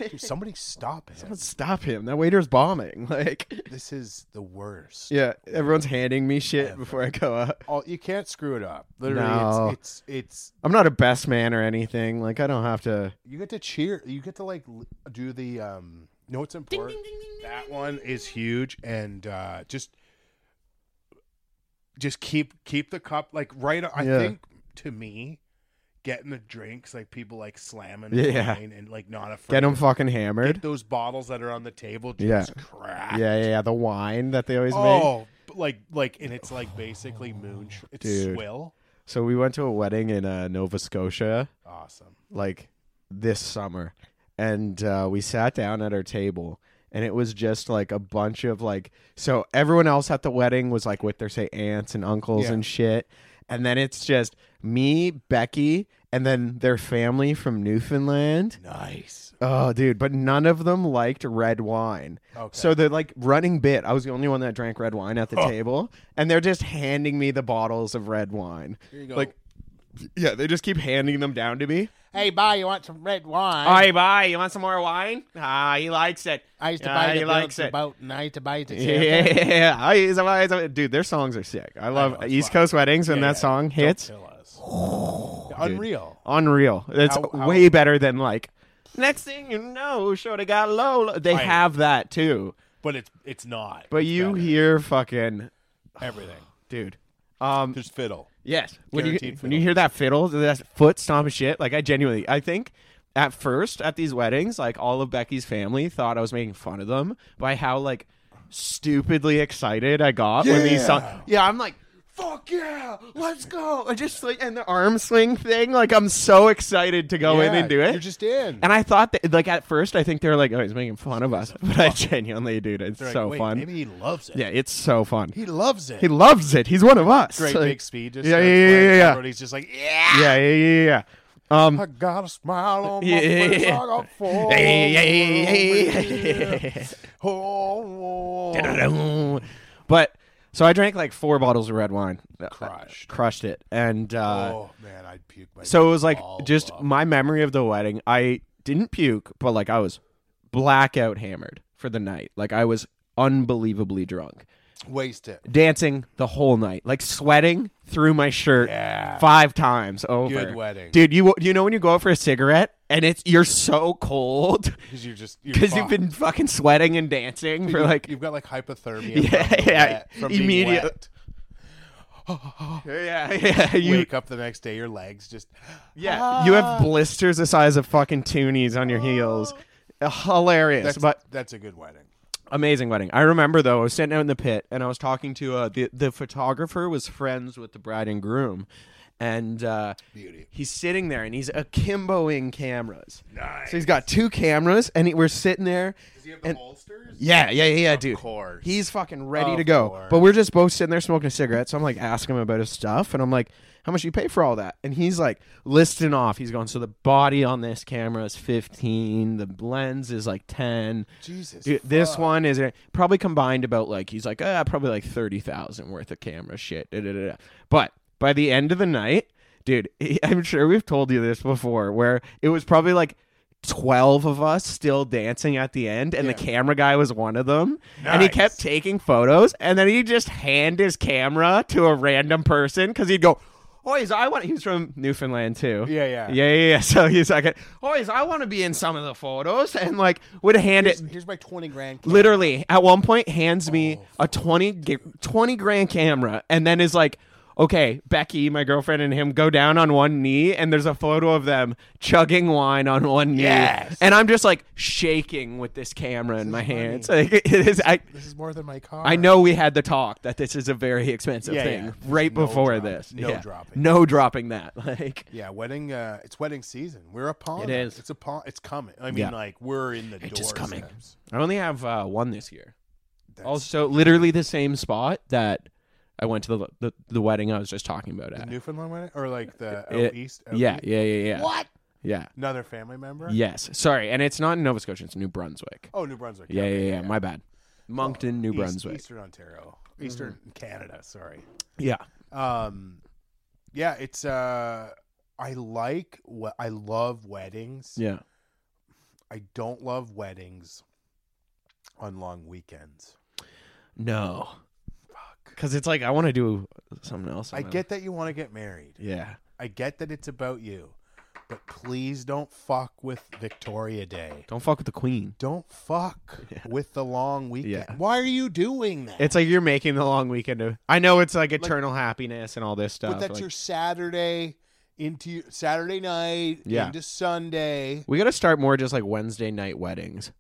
Speaker 1: Dude, somebody stop him.
Speaker 2: Stop him! That waiter's bombing. Like.
Speaker 1: This is the worst.
Speaker 2: Yeah, everyone's handing me shit before I go up.
Speaker 1: All, Oh, you can't screw it up. Literally,
Speaker 2: No.
Speaker 1: it's, it's it's
Speaker 2: I'm not a best man or anything. Like I don't have to.
Speaker 1: you get to cheer. You get to like l- do the um. No, it's important. that one is huge, and uh, just just keep keep the cup like right. I
Speaker 2: Yeah.
Speaker 1: think to me, getting the drinks like people like slamming
Speaker 2: Yeah.
Speaker 1: wine and like not afraid.
Speaker 2: Get them fucking
Speaker 1: Get
Speaker 2: hammered.
Speaker 1: those bottles that are on the table.
Speaker 2: Yeah.
Speaker 1: Just crack.
Speaker 2: Yeah, yeah, yeah. The wine that they always make.
Speaker 1: Oh, but, like like, and it's like basically moon. It's
Speaker 2: Dude.
Speaker 1: swill.
Speaker 2: So we went to a wedding in uh, Nova Scotia
Speaker 1: Awesome.
Speaker 2: like this summer, and uh, we sat down at our table, and it was just like a bunch of like. So everyone else at the wedding was like with their say aunts and uncles
Speaker 1: Yeah.
Speaker 2: and shit, and then it's just me, Becky, and then their family from Newfoundland.
Speaker 1: Nice.
Speaker 2: Oh, dude, but none of them liked red wine.
Speaker 1: Okay. Oh.
Speaker 2: So they're like running bit. I was the only one that drank red wine at the table, and they're just handing me the bottles of red wine.
Speaker 1: Here you go.
Speaker 2: Like, yeah, they just keep handing them down to me.
Speaker 1: hey, bye. You want some red wine?
Speaker 2: Hi, bye. You want some more wine? Ah, he likes it.
Speaker 1: I used to
Speaker 2: Yeah,
Speaker 1: buy
Speaker 2: he
Speaker 1: the
Speaker 2: likes
Speaker 1: boat,
Speaker 2: it.
Speaker 1: boat, and I used to buy the champagne.
Speaker 2: Yeah, I- he's a- he's a- dude, their songs are sick. I love
Speaker 1: know, it's
Speaker 2: East
Speaker 1: wild.
Speaker 2: Coast weddings when
Speaker 1: Yeah,
Speaker 2: that
Speaker 1: yeah.
Speaker 2: song hits.
Speaker 1: Kill us. Unreal.
Speaker 2: Unreal. It's
Speaker 1: How- how-
Speaker 2: way better than like. Next thing you know, shoulda got low. low." They
Speaker 1: Right.
Speaker 2: have that too.
Speaker 1: But it's it's not.
Speaker 2: But
Speaker 1: It's
Speaker 2: you
Speaker 1: better.
Speaker 2: hear fucking
Speaker 1: everything.
Speaker 2: dude. Um,
Speaker 1: There's fiddle.
Speaker 2: yes. When you
Speaker 1: guaranteed
Speaker 2: when you
Speaker 1: fiddle.
Speaker 2: hear that fiddle, that foot stomp shit, like I genuinely, I think at first at these weddings, like all of Becky's family thought I was making fun of them by how like stupidly excited I got when these songs. Yeah, I'm like. fuck yeah, let's go. I just like and the arm swing thing. Like I'm so excited to go in
Speaker 1: Yeah,
Speaker 2: and Oh, do it.
Speaker 1: You're just in.
Speaker 2: and I thought that like at first I think they were like, oh, he's making fun of us, but I genuinely, dude, it's
Speaker 1: They're like,
Speaker 2: so
Speaker 1: "Wait,
Speaker 2: fun.
Speaker 1: Maybe he loves it.
Speaker 2: Yeah, it's so fun.
Speaker 1: He loves it.
Speaker 2: He loves it. He's one of us.
Speaker 1: Great
Speaker 2: Like,
Speaker 1: big speed. Just
Speaker 2: Yeah,
Speaker 1: starts
Speaker 2: yeah, yeah,
Speaker 1: playing,
Speaker 2: yeah, yeah.
Speaker 1: Everybody's just like, yeah.
Speaker 2: yeah, yeah, yeah, yeah. yeah. Um,
Speaker 1: I got a smile on my
Speaker 2: Yeah, yeah,
Speaker 1: face. I
Speaker 2: yeah.
Speaker 1: got four. Oh,
Speaker 2: but so I drank like four bottles of red wine. Uh,
Speaker 1: Crushed.
Speaker 2: crushed it, and uh,
Speaker 1: oh, man, I'd puke. My
Speaker 2: so it was like
Speaker 1: balls
Speaker 2: just
Speaker 1: off.
Speaker 2: my memory of the wedding. I didn't puke, but like I was blackout hammered for the night. Like I was unbelievably drunk,
Speaker 1: waste it.
Speaker 2: dancing the whole night, like sweating through my shirt
Speaker 1: Yeah.
Speaker 2: five times over.
Speaker 1: Good wedding.
Speaker 2: dude. You you know when you go out for a cigarette and it's you're so cold
Speaker 1: Because you're just
Speaker 2: because you've been fucking sweating and dancing for like
Speaker 1: you've got like hypothermia.
Speaker 2: Yeah,
Speaker 1: from the
Speaker 2: yeah,
Speaker 1: wet- from being
Speaker 2: immediate-
Speaker 1: wet.
Speaker 2: Yeah, yeah, yeah. You,
Speaker 1: Wake up the next day, your legs just
Speaker 2: yeah,
Speaker 1: Ah.
Speaker 2: you have blisters the size of fucking toonies on your heels. Hilarious,
Speaker 1: That's,
Speaker 2: but
Speaker 1: that's a good wedding.
Speaker 2: amazing wedding. I remember though, I was sitting out in the pit and I was talking to uh, the the photographer was friends with the bride and groom, and uh,
Speaker 1: Beauty.
Speaker 2: he's sitting there and he's akimboing cameras. Nice. So he's got two cameras and he, we're sitting there.
Speaker 1: Does he have
Speaker 2: the And-
Speaker 1: holsters?
Speaker 2: Yeah, yeah, yeah, yeah, dude.
Speaker 1: course.
Speaker 2: He's fucking ready
Speaker 1: Of
Speaker 2: to go.
Speaker 1: course.
Speaker 2: But we're just both sitting there smoking a cigarette. So I'm like asking him about his stuff. And I'm like, how much you pay for all that? And he's like listing off. He's going, so the body on this camera is 15. The lens is like 10.
Speaker 1: Jesus.
Speaker 2: Dude, this
Speaker 1: fuck.
Speaker 2: one is probably combined about like, he's like, ah, probably like 30,000 worth of camera shit. Da, da, da, da. But by the end of the night, dude, I'm sure we've told you this before where it was probably like, 12 of us still dancing at the end and the
Speaker 1: Yeah.
Speaker 2: camera guy was one of them and he
Speaker 1: Nice.
Speaker 2: kept taking photos and then he'd just hand his camera to a random person because he'd go oh he's i want he was from newfoundland too
Speaker 1: Yeah, yeah.
Speaker 2: yeah yeah, yeah. so he's like oh he's i want to be in some of the photos and like would hand
Speaker 1: Here's,
Speaker 2: it
Speaker 1: here's my twenty grand. camera. Oh.
Speaker 2: literally at one point hands me a 20, ga- 20 grand camera and then is like okay becky my girlfriend and him go down on one knee and there's a photo of them chugging wine on one knee
Speaker 1: Yes.
Speaker 2: and i'm just like shaking with this camera in my
Speaker 1: is money.
Speaker 2: hands like, it is i
Speaker 1: This is more than my car.
Speaker 2: I know we had the talk that this is a very expensive
Speaker 1: Yeah,
Speaker 2: thing
Speaker 1: yeah.
Speaker 2: right
Speaker 1: No
Speaker 2: before
Speaker 1: drop-
Speaker 2: this.
Speaker 1: no
Speaker 2: Yeah.
Speaker 1: dropping.
Speaker 2: No dropping that. Like
Speaker 1: Yeah, wedding. Uh, it's wedding season. We're upon
Speaker 2: It
Speaker 1: it.
Speaker 2: is.
Speaker 1: It's upon. It's coming. I mean,
Speaker 2: Yeah.
Speaker 1: like we're in the
Speaker 2: It
Speaker 1: doorsteps.
Speaker 2: is coming. I only have uh, one this year.
Speaker 1: That's-
Speaker 2: Also, literally the same spot that I went to the the, the wedding I was just talking about
Speaker 1: the
Speaker 2: at.
Speaker 1: Newfoundland wedding or like the out
Speaker 2: It-
Speaker 1: east. out
Speaker 2: Yeah,
Speaker 1: east?
Speaker 2: yeah, yeah, yeah.
Speaker 1: What?
Speaker 2: Yeah.
Speaker 1: Another family member?
Speaker 2: Yes. Sorry, and it's not in Nova Scotia. It's New Brunswick.
Speaker 1: Oh, New Brunswick.
Speaker 2: yeah, yeah,
Speaker 1: Okay,
Speaker 2: yeah, My bad. Moncton, New
Speaker 1: East-
Speaker 2: Brunswick. Mm-hmm.
Speaker 1: Eastern Ontario, Eastern Canada. Sorry.
Speaker 2: Yeah.
Speaker 1: Um, yeah, it's. Uh, I like. what I love weddings.
Speaker 2: Yeah.
Speaker 1: I don't love weddings on long weekends.
Speaker 2: No,
Speaker 1: Fuck.
Speaker 2: because it's like I want to do something else.
Speaker 1: I
Speaker 2: on my-
Speaker 1: get that you want to get married.
Speaker 2: Yeah.
Speaker 1: I get that it's about you, but please don't fuck with Victoria Day.
Speaker 2: Don't fuck with the Queen.
Speaker 1: Don't fuck with the long weekend.
Speaker 2: Yeah.
Speaker 1: Why are you doing that?
Speaker 2: It's like you're making the long weekend. Of, I know it's like eternal happiness and all this stuff.
Speaker 1: but that's
Speaker 2: like-
Speaker 1: your Saturday into your- Saturday night
Speaker 2: Yeah.
Speaker 1: into Sunday.
Speaker 2: we got to start more just like Wednesday night weddings,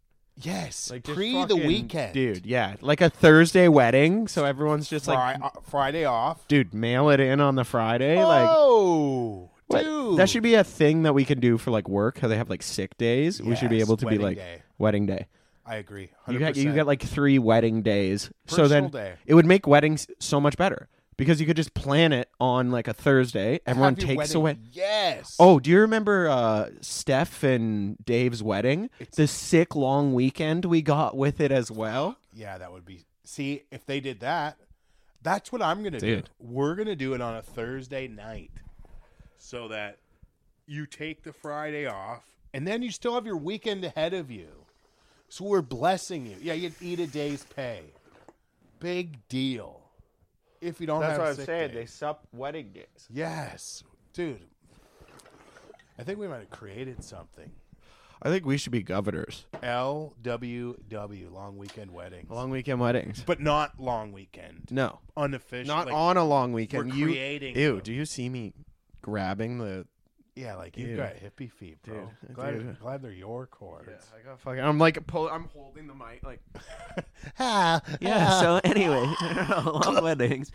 Speaker 1: Yes,
Speaker 2: like just
Speaker 1: pre the
Speaker 2: fucking-
Speaker 1: weekend,
Speaker 2: dude. Yeah, like a Thursday wedding, so everyone's just
Speaker 1: Fri-
Speaker 2: like,
Speaker 1: uh, Friday off.
Speaker 2: dude, mail it in on the Friday. like,
Speaker 1: oh,
Speaker 2: what-
Speaker 1: dude,
Speaker 2: that should be a thing that we can do for like work. How they have like sick days, we should be
Speaker 1: Yes,
Speaker 2: able to be
Speaker 1: wedding
Speaker 2: like
Speaker 1: day.
Speaker 2: wedding day.
Speaker 1: I agree. 100%.
Speaker 2: You got you got like three wedding days. so
Speaker 1: Personal
Speaker 2: then
Speaker 1: day.
Speaker 2: it would make weddings so much better because you could just plan it on like a Thursday. Everyone
Speaker 1: Have your
Speaker 2: takes
Speaker 1: wedding.
Speaker 2: away.
Speaker 1: Yes.
Speaker 2: Oh, do you remember uh, Steph and Dave's wedding? the sick long weekend we got with it as well.
Speaker 1: Yeah, that would be. See, if they did that, that's what I'm gonna
Speaker 2: Dude.
Speaker 1: do. We're gonna do it on a Thursday night, so that you take the Friday off, and then you still have your weekend ahead of you. So we're blessing you. Yeah, you'd eat a day's pay. Big deal. If you don't have sick day.
Speaker 2: sup wedding days.
Speaker 1: Yes, dude. I think we might have created something.
Speaker 2: I think we should be governors.
Speaker 1: LWW, long weekend weddings,
Speaker 2: Long weekend weddings.
Speaker 1: but not long weekend.
Speaker 2: No,
Speaker 1: Unofficial,
Speaker 2: not
Speaker 1: like-
Speaker 2: on a long weekend.
Speaker 1: we're
Speaker 2: you,
Speaker 1: creating
Speaker 2: Ew,
Speaker 1: them.
Speaker 2: do you see me grabbing the?
Speaker 1: Yeah, like you've
Speaker 2: Dude.
Speaker 1: got hippie feet, bro.
Speaker 2: Dude,
Speaker 1: glad,
Speaker 2: dude.
Speaker 1: glad they're your cords.
Speaker 2: I got fucking. I'm like, pull, I'm holding the mic like. yeah. So anyway, long weddings.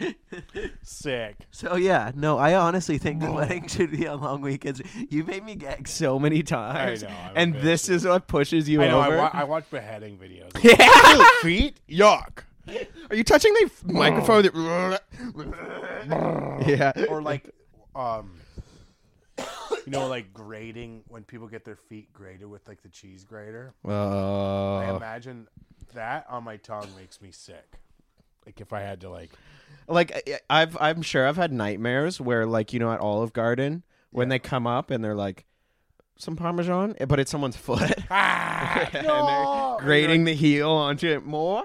Speaker 1: Sick.
Speaker 2: So yeah, no, I honestly think the wedding should be on long weekends. You made me gag so many times,
Speaker 1: know, I'm a
Speaker 2: and
Speaker 1: bit-
Speaker 2: this is what pushes you
Speaker 1: I know. I,
Speaker 2: over.
Speaker 1: wa- I watch beheading videos.
Speaker 2: yeah.
Speaker 1: Ew, feet? Yuck.
Speaker 2: Are you touching my f- microphone? that- yeah.
Speaker 1: Or like, um, you know, like grating when people get their feet grated with like the cheese grater. I
Speaker 2: Uh,
Speaker 1: imagine that on my tongue makes me sick. Like if I had to like,
Speaker 2: like I- I've I'm sure I've had nightmares where like you know at Olive Garden when they come up and they're like some parmesan, but it's someone's foot.
Speaker 1: ah,
Speaker 2: And
Speaker 1: no!
Speaker 2: they're grating the heel onto it more.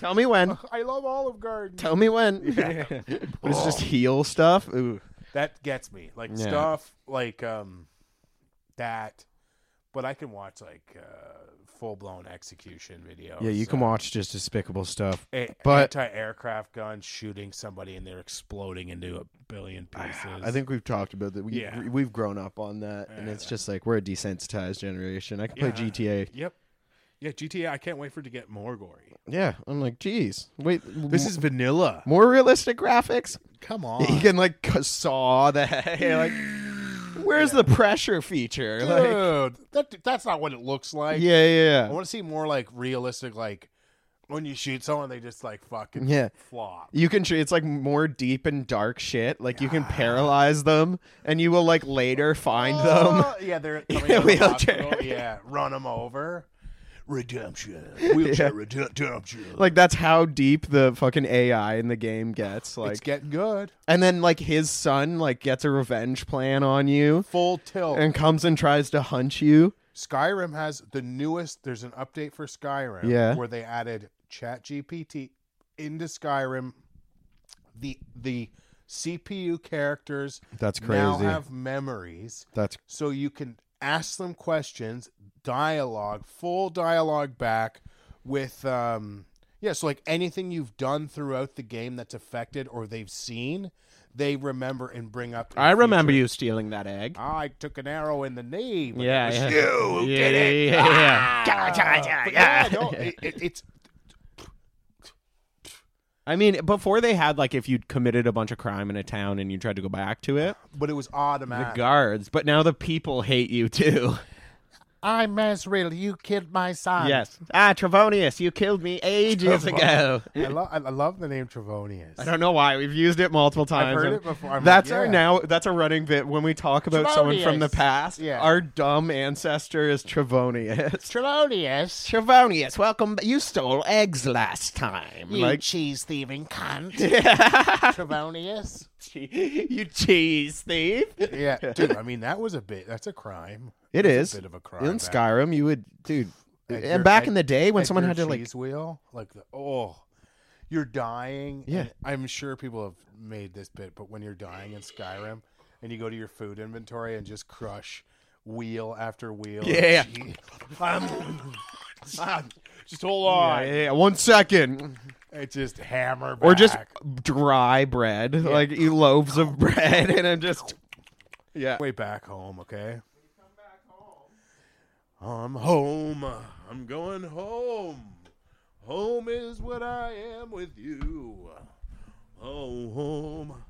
Speaker 2: Tell me when.
Speaker 1: I love Olive Garden.
Speaker 2: Tell me when. but it's just heel stuff. Ooh.
Speaker 1: that gets me. Like
Speaker 2: Yeah.
Speaker 1: stuff like um that. But I can watch like uh, full blown execution videos. Uh,
Speaker 2: Yeah, you can watch just despicable stuff. but-
Speaker 1: but anti aircraft gun shooting somebody and they're exploding into a billion pieces.
Speaker 2: I think we've talked about that. We
Speaker 1: Yeah.
Speaker 2: we've grown up on that, and it's just like we're a desensitized generation. I can play
Speaker 1: Yeah.
Speaker 2: GTA.
Speaker 1: Yep. Yeah, GTA. I can't wait for it to get more gory.
Speaker 2: Yeah, I'm like, geez, wait,
Speaker 1: This is vanilla.
Speaker 2: more realistic graphics.
Speaker 1: Come on.
Speaker 2: You can like c- saw the hair. Like, where's the pressure feature? Like,
Speaker 1: Dude, that, that's not what it looks like.
Speaker 2: yeah,
Speaker 1: I
Speaker 2: yeah.
Speaker 1: want to see more like realistic, like when you shoot someone, they just like fucking
Speaker 2: Yeah.
Speaker 1: flop.
Speaker 2: You can. tr- It's like more deep and dark shit. Like you can paralyze them, and you will like later find them.
Speaker 1: Oh, yeah, they're coming
Speaker 2: Yeah,
Speaker 1: out of the
Speaker 2: wheelchair.
Speaker 1: hospital. Yeah, run them over. Redemption, wheelchair redemption.
Speaker 2: Like that's how deep the fucking AI in the game gets. Like,
Speaker 1: it's getting good.
Speaker 2: and then like his son like gets a revenge plan on you
Speaker 1: Full tilt.
Speaker 2: and comes and tries to hunt you.
Speaker 1: Skyrim has the newest. There's an update for Skyrim
Speaker 2: Yeah.
Speaker 1: where they added ChatGPT into Skyrim. The the CPU characters
Speaker 2: That's
Speaker 1: now
Speaker 2: crazy.
Speaker 1: have memories,
Speaker 2: That's
Speaker 1: so you can ask them questions, dialogue, full dialogue back with um yeah, so like anything you've done throughout the game that's affected or they've seen, they remember and bring up. in
Speaker 2: I remember
Speaker 1: future.
Speaker 2: you stealing that egg.
Speaker 1: I took an arrow in the knee. but it
Speaker 2: Yeah,
Speaker 1: was
Speaker 2: yeah.
Speaker 1: you who
Speaker 2: Yeah,
Speaker 1: did it.
Speaker 2: yeah, yeah, yeah.
Speaker 1: But yeah, no, it, it, it's
Speaker 2: I mean, before they had like if you committed a bunch of crime in a town and you tried to go back to it,
Speaker 1: but it was
Speaker 2: the
Speaker 1: automatic.
Speaker 2: guards. But now the people hate you too.
Speaker 1: I'm Israel. You killed my son.
Speaker 2: yes. Ah, Travonius, you killed me ages ago.
Speaker 1: I love. I I love the name Travonius.
Speaker 2: I don't know why we've used it multiple times.
Speaker 1: heard
Speaker 2: and
Speaker 1: it before. I'm
Speaker 2: that's
Speaker 1: like,
Speaker 2: our
Speaker 1: yeah.
Speaker 2: now. That's a running bit when we talk about someone from the
Speaker 1: Travonius.
Speaker 2: past.
Speaker 1: Yeah.
Speaker 2: Our dumb ancestor is Travonius.
Speaker 1: Travonius.
Speaker 2: Travonius, welcome. You stole eggs last time. like
Speaker 1: cheese thieving cunt. Travonius.
Speaker 2: you cheese thief.
Speaker 1: Yeah, dude. I mean, that was a bit. That's a crime.
Speaker 2: It
Speaker 1: That's
Speaker 2: is.
Speaker 1: a bit of a crime.
Speaker 2: In
Speaker 1: back-
Speaker 2: Skyrim, you would, dude.
Speaker 1: At
Speaker 2: and
Speaker 1: your-
Speaker 2: back
Speaker 1: at-
Speaker 2: in the day when
Speaker 1: at
Speaker 2: someone
Speaker 1: your
Speaker 2: had to like,
Speaker 1: cheese wheel, like the, oh, you're dying.
Speaker 2: Yeah.
Speaker 1: and I'm sure people have made this bit, but when you're dying in Skyrim and you go to your food inventory and just crush wheel after wheel, of
Speaker 2: Yeah.
Speaker 1: cheese. Um, um, just hold on.
Speaker 2: yeah, one second,
Speaker 1: It just hammer back.
Speaker 2: or just dry bread, like you loaves of bread, and I'm just, yeah.
Speaker 1: way back home. Okay. I'm home. I'm going home. Home is what I am with you. Oh, home.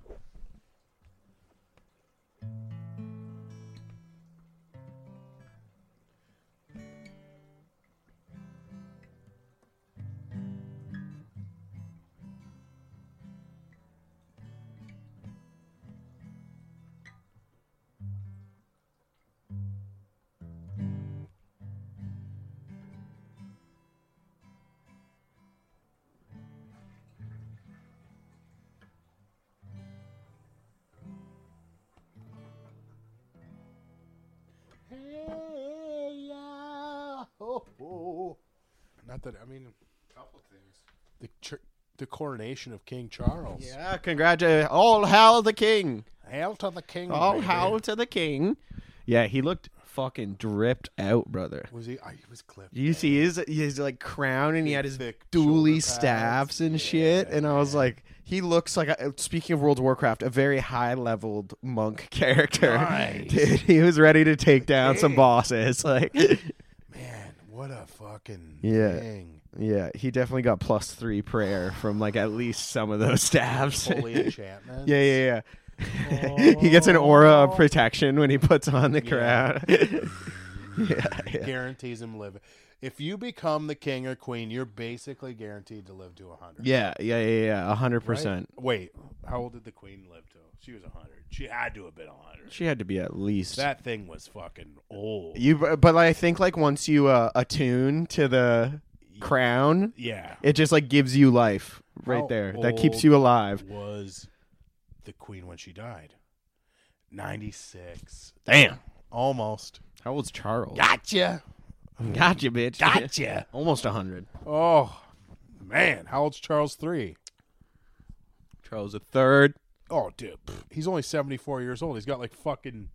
Speaker 1: Hey, yeah. oh, oh. Not that I mean, a couple things. The chur the coronation of King Charles.
Speaker 2: Yeah, congratulations! All hail the king!
Speaker 1: Hail to the king.
Speaker 2: All
Speaker 1: baby.
Speaker 2: hail to the king! Yeah, he looked fucking dripped out, brother.
Speaker 1: Was he? I, he was clipped.
Speaker 2: You see his his like crown, and he
Speaker 1: Big,
Speaker 2: had his
Speaker 1: thick shoulder
Speaker 2: dually
Speaker 1: pads.
Speaker 2: staffs and shit. And I was like, he looks like a, speaking of World of Warcraft, a very high leveled monk character.
Speaker 1: Nice.
Speaker 2: Dude, he was ready to take down some bosses. Like,
Speaker 1: Man, what a fucking
Speaker 2: Yeah.
Speaker 1: thing.
Speaker 2: Yeah, he definitely got plus three prayer from like at least some of those staffs.
Speaker 1: Holy
Speaker 2: yeah,
Speaker 1: enchantment.
Speaker 2: yeah, yeah. he gets an aura of protection when he puts on the
Speaker 1: Yeah.
Speaker 2: crown. yeah, yeah.
Speaker 1: Guarantees him living. If you become the king or queen, you're basically guaranteed to live to 100.
Speaker 2: yeah, yeah, yeah, yeah, a hundred percent.
Speaker 1: Wait, how old did the queen live to? She was 100. She had to have been 100.
Speaker 2: She had to be at least
Speaker 1: that thing was fucking old.
Speaker 2: you. But I think like once you uh, attune to the crown,
Speaker 1: yeah.
Speaker 2: it just like gives you life right
Speaker 1: How
Speaker 2: there. That
Speaker 1: old
Speaker 2: keeps you alive.
Speaker 1: Was the queen when she died? 96.
Speaker 3: Damn.
Speaker 1: Almost.
Speaker 2: How old's Charles?
Speaker 1: Gotcha.
Speaker 2: Gotcha, bitch.
Speaker 1: Gotcha.
Speaker 2: Almost hundred.
Speaker 1: Oh, man. How old's Charles III?
Speaker 2: Charles a third.
Speaker 1: Oh, dude. pfft, He's only 74 years old. He's got like fucking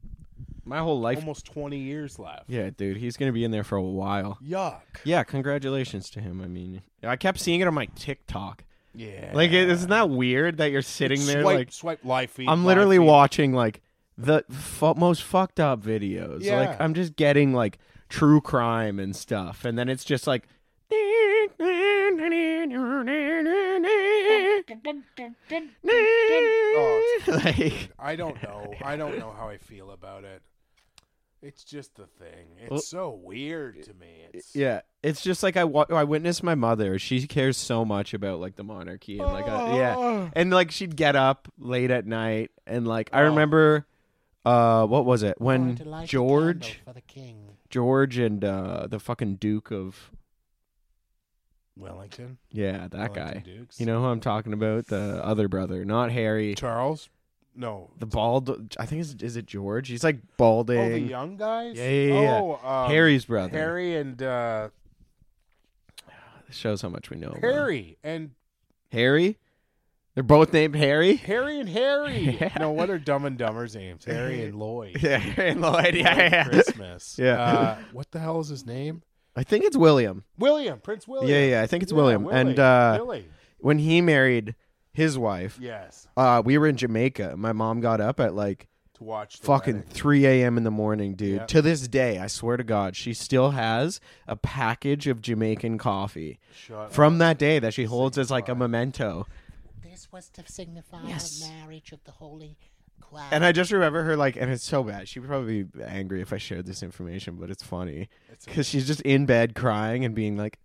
Speaker 2: My whole life.
Speaker 1: almost 20 years left.
Speaker 2: Yeah, dude, he's gonna be in there for a while.
Speaker 1: Yuck.
Speaker 2: Yeah, congratulations to him. I mean, I kept seeing it on my TikTok.
Speaker 1: Yeah.
Speaker 2: Like, it, isn't that weird that you're sitting there
Speaker 1: swipe,
Speaker 2: like
Speaker 1: swipe live feed.
Speaker 2: I'm
Speaker 1: live
Speaker 2: literally
Speaker 1: feed.
Speaker 2: watching like the fu- most fucked up videos.
Speaker 1: Yeah.
Speaker 2: Like I'm just getting like true crime and stuff, and then it's just like. like
Speaker 1: I don't know. I don't know how I feel about it. It's just the thing. It's
Speaker 2: Well-
Speaker 1: so weird to me. It's,
Speaker 2: Yeah, it's just like I wa- I witnessed my mother. She cares so much about like the monarchy and like uh,
Speaker 1: Oh.
Speaker 2: yeah, and like she'd get up late at night and like I
Speaker 1: Oh.
Speaker 2: remember, uh, what was it when George
Speaker 1: for the king.
Speaker 2: George and uh the fucking Duke of
Speaker 1: Wellington.
Speaker 2: yeah that guy.
Speaker 1: Wellington Dukes.
Speaker 2: You know who I'm talking about? The other brother, not Harry.
Speaker 1: Charles. No.
Speaker 2: The bald. I think is is it George? He's like
Speaker 1: Oh, the
Speaker 2: balding.
Speaker 1: young guys.
Speaker 2: Yeah, yeah, yeah.
Speaker 1: Oh, um,
Speaker 2: Harry's brother.
Speaker 1: Harry and uh,
Speaker 2: Shows how much we know. about him.
Speaker 1: Harry and
Speaker 2: Harry. They're both named Harry.
Speaker 1: Harry and Harry.
Speaker 2: Yeah.
Speaker 1: No, what are Dumb and Dumber's names? Harry and Lloyd.
Speaker 2: Yeah, Harry and Lloyd.
Speaker 1: Lloyd
Speaker 2: Yeah, yeah.
Speaker 1: Christmas.
Speaker 2: Yeah.
Speaker 1: Uh, what the hell is his name?
Speaker 2: I think it's William.
Speaker 1: William. Prince William.
Speaker 2: Yeah, yeah, I think it's
Speaker 1: Yeah,
Speaker 2: William. And uh,
Speaker 1: Willie.
Speaker 2: when he married his wife,
Speaker 1: Yes.
Speaker 2: uh, we were in Jamaica. My mom got up at like
Speaker 1: To watch. The
Speaker 2: fucking
Speaker 1: wedding.
Speaker 2: 3 a.m. in the morning, dude.
Speaker 1: Yeah.
Speaker 2: To this day, I swear to God, she still has a package of Jamaican coffee
Speaker 1: Shut
Speaker 2: from that day that she holds as like a memento.
Speaker 4: This was to signify
Speaker 2: Yes.
Speaker 4: the marriage of the holy choir.
Speaker 2: And I just remember her like, and it's so bad. She'd probably be angry if I shared this information, but it's funny because she's just in bed crying and being like,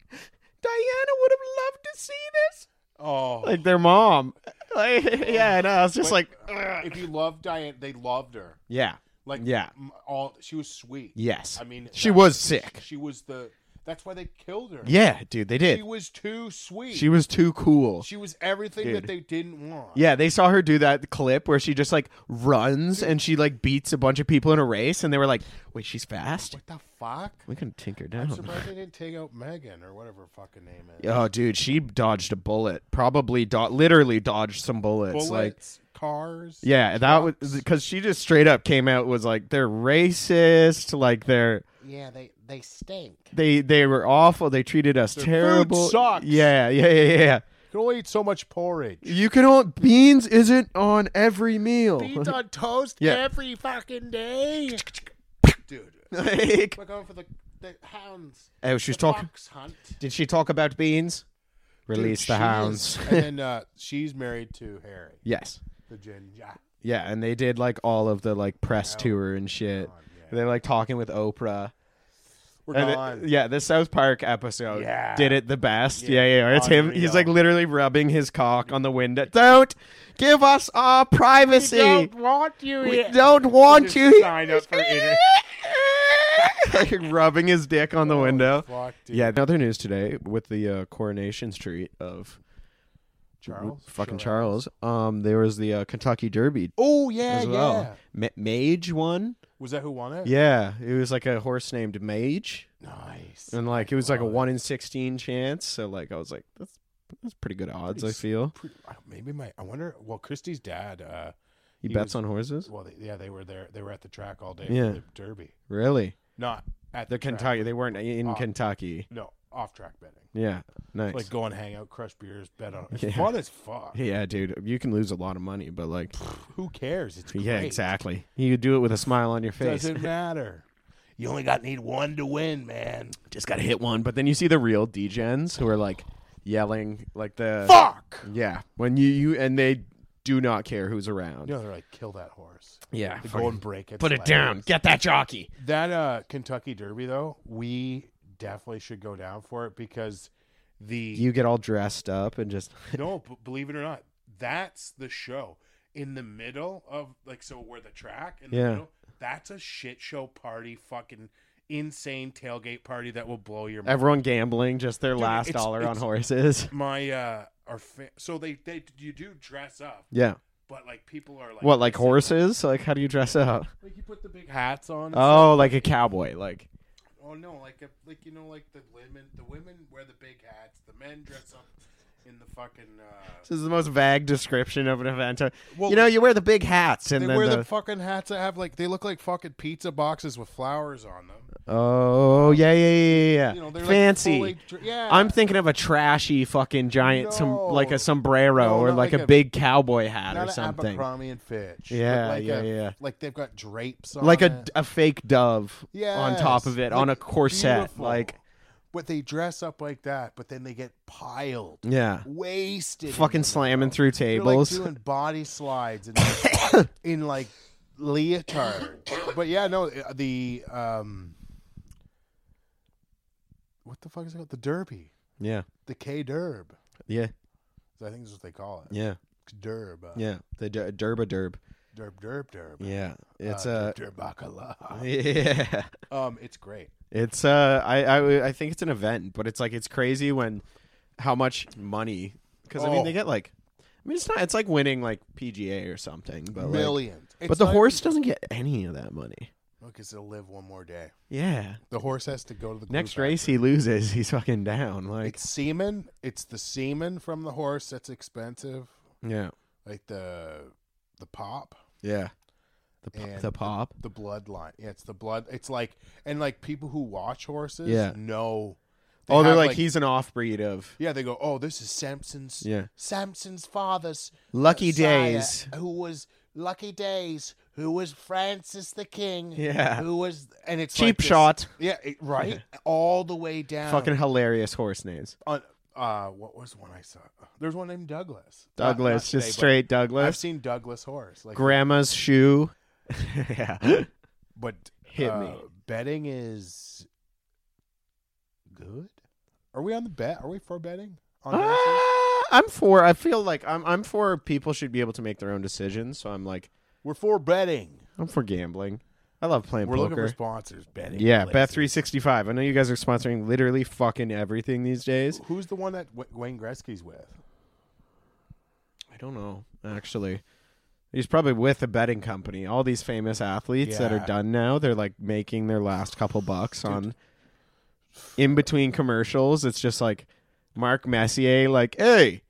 Speaker 2: Diana would have loved to see this.
Speaker 1: Oh.
Speaker 2: Like their mom. Like, yeah, I know. I was just
Speaker 1: Wait.
Speaker 2: like, "Ugh."
Speaker 1: if you love Diane, they loved her.
Speaker 2: yeah.
Speaker 1: Like
Speaker 2: Yeah.
Speaker 1: m- all she was sweet.
Speaker 2: Yes.
Speaker 1: I mean,
Speaker 2: she
Speaker 1: that-
Speaker 2: was sick.
Speaker 1: She was the. That's why they killed her.
Speaker 2: Yeah, dude, they
Speaker 1: She
Speaker 2: did.
Speaker 1: was too sweet.
Speaker 2: She was too cool.
Speaker 1: She was everything
Speaker 2: Dude.
Speaker 1: that they didn't want.
Speaker 2: Yeah, they saw her do that clip where she just like runs and she like beats a bunch of people in a race, and they were like, "Wait, she's fast.
Speaker 1: What the fuck?
Speaker 2: We can tinker
Speaker 1: I'm
Speaker 2: down."
Speaker 1: surprised they didn't take out Megan or whatever her fucking name is.
Speaker 2: Oh, dude, she dodged a bullet. Probably, do- literally dodged some bullets.
Speaker 1: Bullets,
Speaker 2: Like,
Speaker 1: cars.
Speaker 2: yeah, that was because she just straight up came out was like, "They're racist. Like, they're
Speaker 4: yeah, they they stink.
Speaker 2: they they were awful. They treated us
Speaker 1: Their food
Speaker 2: terrible.
Speaker 1: sucks.
Speaker 2: Yeah, yeah, yeah, yeah.
Speaker 1: You can only eat so much porridge.
Speaker 2: You can only beans isn't on every meal.
Speaker 1: Beans on toast
Speaker 2: Yeah.
Speaker 1: every fucking day. Dude,
Speaker 2: like,
Speaker 1: we're going for the, the hounds.
Speaker 2: oh, she was
Speaker 1: the
Speaker 2: talking.
Speaker 1: fox hunt.
Speaker 2: Did she talk about beans?
Speaker 1: Dude,
Speaker 2: Release
Speaker 1: she
Speaker 2: the
Speaker 1: is-
Speaker 2: hounds.
Speaker 1: and then uh, she's married to Harry,
Speaker 2: yes.
Speaker 1: the ginger.
Speaker 2: Yeah, and they did like all of the like
Speaker 1: Oh
Speaker 2: press tour and shit. They're like talking with Oprah.
Speaker 1: We're
Speaker 2: And it-
Speaker 1: gone.
Speaker 2: yeah, the South Park episode
Speaker 1: Yeah.
Speaker 2: did it the best. Yeah,
Speaker 1: Yeah,
Speaker 2: yeah. It's him. He's
Speaker 1: unreal.
Speaker 2: like literally rubbing his cock on the window. Don't give us our privacy.
Speaker 1: want you.
Speaker 2: We don't want
Speaker 1: Just
Speaker 2: you.
Speaker 1: sign up for inter-
Speaker 2: like rubbing his dick on the window.
Speaker 1: Fuck, Oh, dude.
Speaker 2: Yeah, the other news today with the uh, coronation street of
Speaker 1: Charles.
Speaker 2: fucking Charles. Um, there was the uh, Kentucky Derby
Speaker 1: Oh yeah,
Speaker 2: as well. Ma- Mage won.
Speaker 1: Was that who won it?
Speaker 2: Yeah, it was like a horse named Mage,
Speaker 1: Nice.
Speaker 2: and like it was like a one in sixteen chance. So like I was like, that's that's pretty good odds. I
Speaker 1: Pretty s-
Speaker 2: feel
Speaker 1: Pretty- I- Maybe my. I wonder. Well, Christie's dad. Uh,
Speaker 2: he,
Speaker 1: he
Speaker 2: bets
Speaker 1: was-
Speaker 2: on horses.
Speaker 1: well, they, yeah, they were there. They were at the track all day.
Speaker 2: Yeah.
Speaker 1: For the Derby.
Speaker 2: Really,
Speaker 1: Not at
Speaker 2: the
Speaker 1: track.
Speaker 2: Kentucky? They weren't in
Speaker 1: Ah.
Speaker 2: Kentucky.
Speaker 1: No, off track betting.
Speaker 2: Yeah, nice.
Speaker 1: Like go and hang out, crush beers, bet on. It's
Speaker 2: Yeah.
Speaker 1: fun as fuck.
Speaker 2: yeah, dude, you can lose a lot of money, but like,
Speaker 1: Who cares? It's
Speaker 2: yeah,
Speaker 1: great.
Speaker 2: exactly. You do it with a smile on your face.
Speaker 1: Doesn't matter. You only got need one to win, man.
Speaker 2: Just gotta hit one. But then you see the real DGens who are like yelling like the
Speaker 1: Fuck.
Speaker 2: Yeah. When you, you and they do not care who's around.
Speaker 1: You know they're like, kill that horse.
Speaker 2: Yeah.
Speaker 1: The
Speaker 2: fucking-
Speaker 1: golden break. it's
Speaker 3: Put it
Speaker 1: like-
Speaker 3: down. Get that jockey.
Speaker 1: That uh, Kentucky Derby though, we definitely should go down for it because the
Speaker 2: you get all dressed up and just
Speaker 1: no, b- believe it or not, that's the show. In the middle of like so where the track in the
Speaker 2: Yeah.
Speaker 1: middle, that's a shit show party, fucking insane tailgate party that will blow your mind.
Speaker 2: everyone gambling just their
Speaker 1: Dude,
Speaker 2: last
Speaker 1: it's-
Speaker 2: dollar on
Speaker 1: it's-
Speaker 2: horses.
Speaker 1: My uh, our fa- so they they you do dress up,
Speaker 2: Yeah.
Speaker 1: but like people are like
Speaker 2: What like
Speaker 1: dressing up.
Speaker 2: horses? Like how do you dress up?
Speaker 1: Like you put the big hats on. and
Speaker 2: Oh, like a cowboy. Like
Speaker 1: Oh no, like a, like you know, like the women, the women wear the big hats. The men dress up in the fucking. Uh,
Speaker 2: this is the most vague description of an event. Uh,
Speaker 1: Well,
Speaker 2: you know, you wear the big hats and
Speaker 1: they
Speaker 2: then
Speaker 1: wear the,
Speaker 2: the-
Speaker 1: fucking hats that have like they look like fucking pizza boxes with flowers on them.
Speaker 2: oh yeah yeah yeah yeah, yeah.
Speaker 1: You know, they're
Speaker 2: fancy.
Speaker 1: Like, fully dr- yeah,
Speaker 2: I'm thinking of a trashy fucking giant, some
Speaker 1: No.
Speaker 2: like a sombrero
Speaker 1: No,
Speaker 2: or
Speaker 1: not
Speaker 2: like,
Speaker 1: like
Speaker 2: a,
Speaker 1: a-
Speaker 2: big cowboy hat
Speaker 1: not
Speaker 2: or
Speaker 1: a
Speaker 2: something,
Speaker 1: Abercrombie and Fitch. but
Speaker 2: Yeah,
Speaker 1: like
Speaker 2: yeah,
Speaker 1: a,
Speaker 2: yeah.
Speaker 1: Like they've got drapes on
Speaker 2: like a,
Speaker 1: it.
Speaker 2: a fake dove on
Speaker 1: Oh, Yes,
Speaker 2: top of it on a
Speaker 1: like,
Speaker 2: corset,
Speaker 1: beautiful.
Speaker 2: like
Speaker 1: But they dress up like that, but then they get piled,
Speaker 2: yeah,
Speaker 1: wasted, in
Speaker 2: fucking
Speaker 1: the
Speaker 2: slamming through
Speaker 1: They're, like,
Speaker 2: tables.
Speaker 1: doing body slides and like, in like leotard. But yeah, no, uh, the um, what the fuck is it called? The Derby,
Speaker 2: yeah,
Speaker 1: the K Derb.
Speaker 2: yeah,
Speaker 1: I think that's what they call it.
Speaker 2: yeah,
Speaker 1: Derb, uh,
Speaker 2: yeah. The der- derba derb.
Speaker 1: derb, derb, derb.
Speaker 2: Yeah, it's
Speaker 1: uh,
Speaker 2: uh,
Speaker 1: derb, derb,
Speaker 2: a
Speaker 1: bacala.
Speaker 2: yeah.
Speaker 1: Um, it's great.
Speaker 2: It's uh, I, I I think it's an event, but it's like it's crazy when how much money because I mean
Speaker 1: Oh.
Speaker 2: they get like I mean it's not it's like winning like PGA or something, but like,
Speaker 1: Millions.
Speaker 2: but the horse doesn't get any of that money.
Speaker 1: Look, it's to live one more day.
Speaker 2: Yeah,
Speaker 1: The horse has to go to the
Speaker 2: next
Speaker 1: group
Speaker 2: race he loses, he's fucking down.
Speaker 1: after.
Speaker 2: Like
Speaker 1: It's semen. It's the semen from the horse that's expensive,
Speaker 2: yeah,
Speaker 1: like the the pop.
Speaker 2: yeah, the pop,
Speaker 1: And
Speaker 2: the pop.
Speaker 1: the bloodline. Yeah, it's the blood. It's like and like people who watch horses
Speaker 2: Yeah.
Speaker 1: know.
Speaker 2: oh, they're
Speaker 1: have,
Speaker 2: like, he's an offbreed of
Speaker 1: yeah. They go, oh, this is Samson's.
Speaker 2: Yeah.
Speaker 1: Samson's father's
Speaker 2: Lucky
Speaker 4: sire
Speaker 2: Days.
Speaker 4: who was Lucky Days, who was Francis the King,
Speaker 2: Yeah.
Speaker 4: who was
Speaker 1: and it's like
Speaker 2: Cheap
Speaker 1: this-
Speaker 2: shot,
Speaker 1: Yeah, it- right. All the way down.
Speaker 2: fucking hilarious horse names.
Speaker 1: on. Uh, what was the one I saw? There's one named Douglas. Not- not
Speaker 2: Douglas,
Speaker 1: today,
Speaker 2: just
Speaker 1: but
Speaker 2: straight
Speaker 1: I've
Speaker 2: Douglas.
Speaker 1: seen Douglas horse. Like,
Speaker 2: Grandma's shoe. yeah.
Speaker 1: but
Speaker 2: Hit
Speaker 1: uh,
Speaker 2: me.
Speaker 1: Betting is good. Are we on the bet? Are we for betting on horses?
Speaker 2: Uh, I'm for. I feel like I'm. I'm for. People should be able to make their own decisions. So I'm like,
Speaker 1: We're for betting.
Speaker 2: I'm for gambling. I love playing
Speaker 1: We're looking
Speaker 2: poker.
Speaker 1: for sponsors, betting.
Speaker 2: yeah,
Speaker 1: places.
Speaker 2: Bet three sixty five. I know you guys are sponsoring literally fucking everything these days.
Speaker 1: Who's the one that W- Wayne Gretzky's with?
Speaker 2: I don't know actually. He's probably with a betting company. All these famous athletes that are
Speaker 1: Yeah.
Speaker 2: done now, they're like making their last couple bucks on in between commercials. It's just like Mark Messier, like, hey,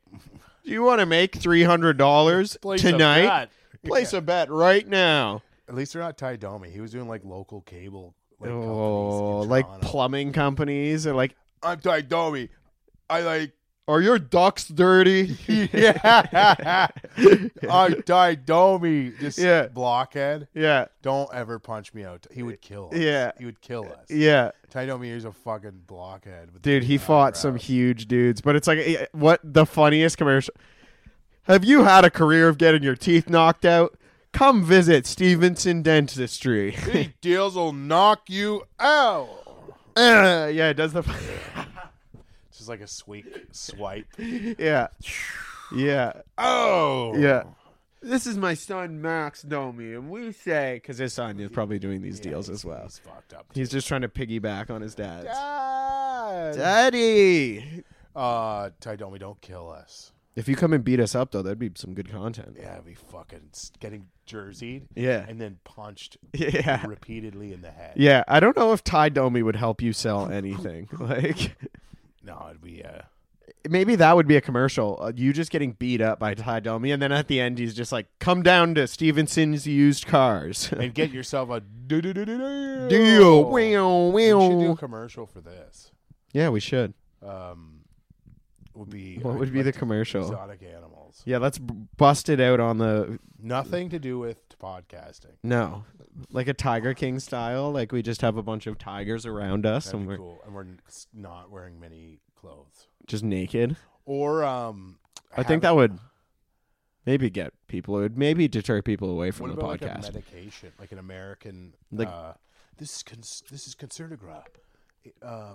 Speaker 2: do you want to make three hundred dollars tonight? Place a bet right now.
Speaker 1: At least they're not Ty Domi. He was doing like local cable. Like,
Speaker 2: oh,
Speaker 1: companies in
Speaker 2: like
Speaker 1: Toronto.
Speaker 2: plumbing companies or like,
Speaker 1: I'm Ty Domi. I like.
Speaker 2: are your ducks dirty?
Speaker 1: Yeah. I'm Ty Domi. This
Speaker 2: Yeah.
Speaker 1: blockhead.
Speaker 2: yeah,
Speaker 1: Don't ever punch me out. He would kill us.
Speaker 2: Yeah.
Speaker 1: He would kill us.
Speaker 2: yeah,
Speaker 1: Ty Domi is a fucking blockhead. with
Speaker 2: dude.
Speaker 1: the
Speaker 2: He fought some
Speaker 1: eyebrows.
Speaker 2: huge dudes, but it's like, eh, what the funniest commercial? Have you had a career of getting your teeth knocked out? Come visit Stevenson Dentistry.
Speaker 1: Any deals will knock you out.
Speaker 2: Uh, yeah, it does the.
Speaker 1: It's just like a sweet swipe.
Speaker 2: yeah, yeah.
Speaker 1: Oh.
Speaker 2: Yeah. This is my son Max Domi, and we say because his son is probably doing these deals as well.
Speaker 1: He's fucked up.
Speaker 2: He's just trying to piggyback on his dad's.
Speaker 1: Dad.
Speaker 2: Daddy,
Speaker 1: Ah. Uh, Ty Domi, don't kill us.
Speaker 2: if you come and beat us up though, that'd be some good content.
Speaker 1: Yeah, we fucking s- getting jerseyed.
Speaker 2: Yeah.
Speaker 1: And then punched
Speaker 2: Yeah,
Speaker 1: repeatedly in the head.
Speaker 2: yeah. I don't know if Ty Domi would help you sell anything. like
Speaker 1: No, it'd be uh,
Speaker 2: maybe that would be a commercial. Uh, you just getting beat up by Ty Domi, and then at the end he's just like, "Come down to Stevenson's used cars."
Speaker 1: and get yourself a do do do do
Speaker 2: Deal.
Speaker 1: We
Speaker 2: Wow,
Speaker 1: should do a
Speaker 2: wow.
Speaker 1: commercial for this.
Speaker 2: Yeah, we should.
Speaker 1: Um, would be
Speaker 2: What would be the commercial?
Speaker 1: exotic animals? animals.
Speaker 2: Yeah, let's b- bust it out on the
Speaker 1: Nothing to do with podcasting.
Speaker 2: no, like a Tiger King style. Like we just have a bunch of tigers around us,
Speaker 1: That'd
Speaker 2: and
Speaker 1: be
Speaker 2: we're
Speaker 1: cool. And we're n- s- not wearing many clothes.
Speaker 2: just naked.
Speaker 1: Or um,
Speaker 2: I think that would maybe get people. It would maybe deter people away from
Speaker 1: What
Speaker 2: the
Speaker 1: about like a
Speaker 2: podcast.
Speaker 1: medication, like an American?
Speaker 2: Like-
Speaker 1: uh, this is cons- this is Concertigra. It, Uh,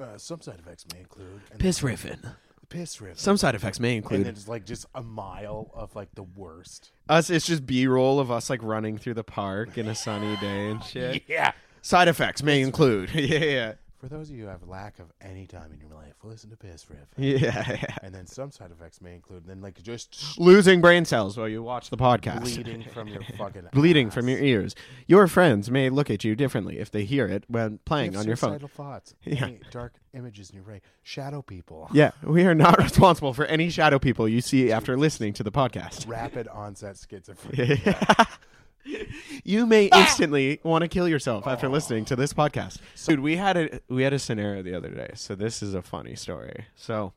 Speaker 1: uh, some side effects may include and
Speaker 2: Piss riffing.
Speaker 1: piss rip.
Speaker 2: Some side effects may
Speaker 1: and
Speaker 2: include
Speaker 1: then it's like just a mile of like the worst.
Speaker 2: us. It's just B roll of us like running through the park in a sunny day and shit.
Speaker 1: Yeah.
Speaker 2: Side effects may include. yeah, yeah,
Speaker 1: For those of you who have lack of any time in your life, listen to piss riff.
Speaker 2: yeah, yeah.
Speaker 1: And then some side effects may include then like just
Speaker 2: Losing brain cells while you watch the podcast.
Speaker 1: bleeding from your fucking
Speaker 2: bleeding
Speaker 1: ass.
Speaker 2: from your ears. Your friends may look at you differently if they hear it when playing
Speaker 1: You
Speaker 2: on
Speaker 1: have
Speaker 2: your phone.
Speaker 1: suicidal thoughts,
Speaker 2: Yeah.
Speaker 1: any dark images in your brain, shadow people,
Speaker 2: Yeah, we are not responsible for any shadow people you see after listening to the podcast.
Speaker 1: rapid onset schizophrenia.
Speaker 2: you may instantly want to kill yourself after listening to this podcast. Dude, we had a we had a scenario the other day. So this is a funny story. So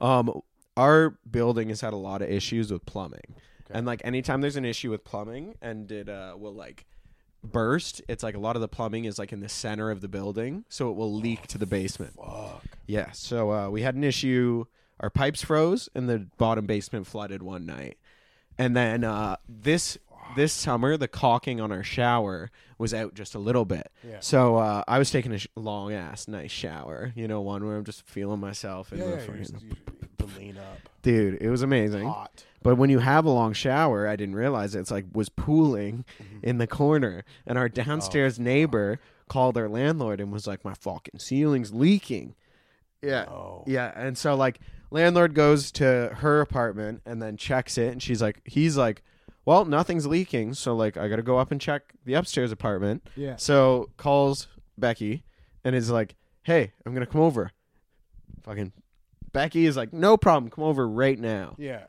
Speaker 2: um our building has had a lot of issues with plumbing. And like anytime there's an issue with plumbing and it uh will like burst, it's like a lot of the plumbing is like in the center of the building, so it will leak to the
Speaker 1: Oh,
Speaker 2: basement. Yeah. So uh, we had an issue. Our pipes froze, and the bottom basement flooded one night. And then uh, this this summer, the caulking on our shower was out just a little bit.
Speaker 1: Yeah.
Speaker 2: So uh, I was taking a sh- long ass nice shower. You know, one where I'm just feeling myself. And
Speaker 1: Yeah,
Speaker 2: the
Speaker 1: yeah,
Speaker 2: fucking-
Speaker 1: you just- you- the lean up,
Speaker 2: dude, it was amazing.
Speaker 1: hot.
Speaker 2: But when you have a long shower, I didn't realize it's like was pooling
Speaker 1: Mm-hmm.
Speaker 2: in the corner, and our
Speaker 1: Oh,
Speaker 2: downstairs neighbor called our landlord and was like, "My fucking ceiling's leaking." Yeah,
Speaker 1: Oh.
Speaker 2: yeah, and so like landlord goes to her apartment and then checks it, and she's like, he's like, "Well, nothing's leaking, so like I gotta go up and check the upstairs apartment."
Speaker 1: Yeah.
Speaker 2: So calls Becky and is like, "Hey, I'm gonna come over." Fucking Becky is like, "No problem, come over right now."
Speaker 1: Yeah.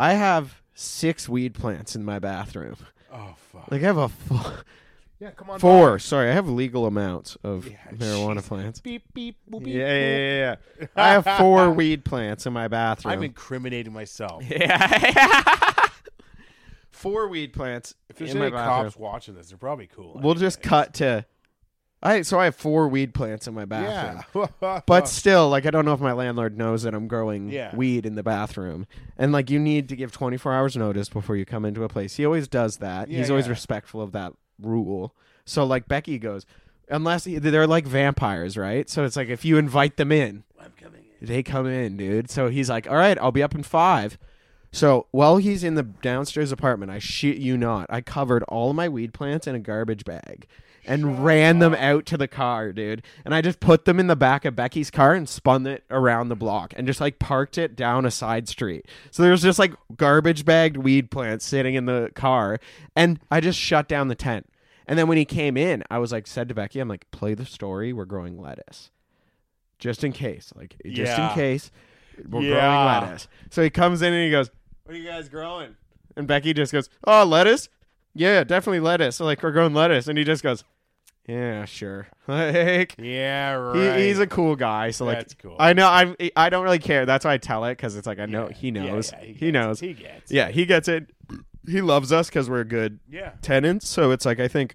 Speaker 2: I have six weed plants in my bathroom.
Speaker 1: Oh fuck.
Speaker 2: Like I have a f-
Speaker 1: yeah, come on.
Speaker 2: four. Sorry, I have legal amounts of
Speaker 1: Yeah,
Speaker 2: marijuana
Speaker 1: Jesus.
Speaker 2: plants.
Speaker 1: Beep beep boop, beep.
Speaker 2: Yeah, yeah, yeah, yeah. I have four weed plants in my bathroom.
Speaker 1: I'm incriminating myself.
Speaker 2: yeah. four weed plants
Speaker 1: If there's
Speaker 2: in my
Speaker 1: any
Speaker 2: bathroom.
Speaker 1: cops watching this, they're probably cool.
Speaker 2: We'll just cut to. I so I have four weed plants in my bathroom.
Speaker 1: yeah.
Speaker 2: But still, like I don't know if my landlord knows that I'm growing
Speaker 1: Yeah.
Speaker 2: weed in the bathroom. And like you need to give 24 hours notice before you come into a place. He always does that.
Speaker 1: Yeah,
Speaker 2: He's always
Speaker 1: yeah.
Speaker 2: respectful of that rule. So like Becky goes, unless they're like vampires, right? So it's like if you invite them in,
Speaker 1: I'm coming. in.
Speaker 2: they come in, dude. So he's like, "All right, I'll be up in five. So while he's in the downstairs apartment, I shit you not, I covered all my weed plants in a garbage bag and ran them out to the car, dude. And I just put them in the back of Becky's car and spun it around the block and just like parked it down a side street. So there's just like garbage bagged weed plants sitting in the car, and I just shut down the tent. And then when he came in, I was like, said to Becky, I'm like, play the story. We're growing lettuce just in case, like just
Speaker 1: Yeah.
Speaker 2: in case we're growing
Speaker 1: Yeah.
Speaker 2: lettuce. So he comes in and he goes, "What are you guys growing?" And Becky just goes, "Oh, lettuce? Yeah, definitely lettuce." So like we're growing lettuce, and he just goes, "Yeah, sure." Like
Speaker 1: Yeah,
Speaker 2: he,
Speaker 1: right.
Speaker 2: he's a cool guy, so like
Speaker 1: That's cool.
Speaker 2: I know I'm I don't really care. That's why I tell it because it's like I know
Speaker 1: Yeah,
Speaker 2: he
Speaker 1: yeah,
Speaker 2: knows
Speaker 1: yeah,
Speaker 2: he,
Speaker 1: gets it.
Speaker 2: knows
Speaker 1: He gets. it.
Speaker 2: yeah he gets it. He loves us because we're good
Speaker 1: Yeah.
Speaker 2: tenants, so it's like I think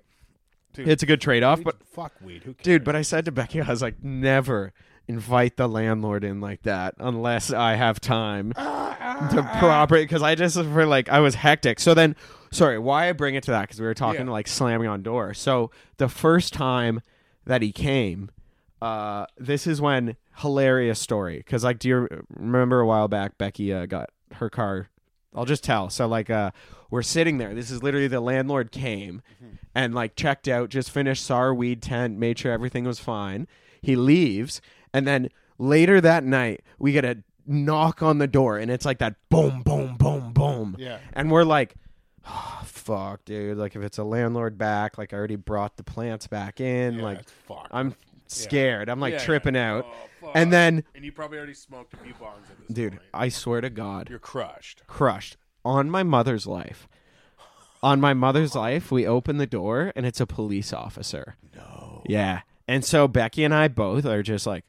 Speaker 1: Dude,
Speaker 2: it's a good trade off. But
Speaker 1: fuck weed. Who cares?
Speaker 2: Dude, but I said to Becky, I was like, never invite the landlord in like that unless I have time to proper because I just for like I was hectic. So then, sorry, why I bring it to that because we were talking
Speaker 1: Yeah.
Speaker 2: like slamming on door. So the first time that he came, uh, this is when hilarious story because like do you remember a while back Becky uh, got her car I'll just tell. So like uh we're sitting there. This is literally the landlord came
Speaker 1: Mm-hmm.
Speaker 2: and like checked out, just finished saw our weed tent, made sure everything was fine. He leaves and then later that night we get a knock on the door and it's like that boom boom boom boom.
Speaker 1: Yeah.
Speaker 2: And we're like "Oh, fuck, dude. Like, if it's a landlord back, like, I already brought the plants back in.
Speaker 1: Yeah,
Speaker 2: like,
Speaker 1: it's fucked.
Speaker 2: I'm scared. I'm like
Speaker 1: Yeah, yeah.
Speaker 2: tripping out.
Speaker 1: Oh, fuck.
Speaker 2: and then,
Speaker 1: and you probably already smoked a few bongs at this
Speaker 2: dude,
Speaker 1: point.
Speaker 2: I swear to God,
Speaker 1: You're crushed.
Speaker 2: crushed on my mother's life. On my mother's life, we open the door and it's a police officer. No. Yeah. And so Becky and I both are just like,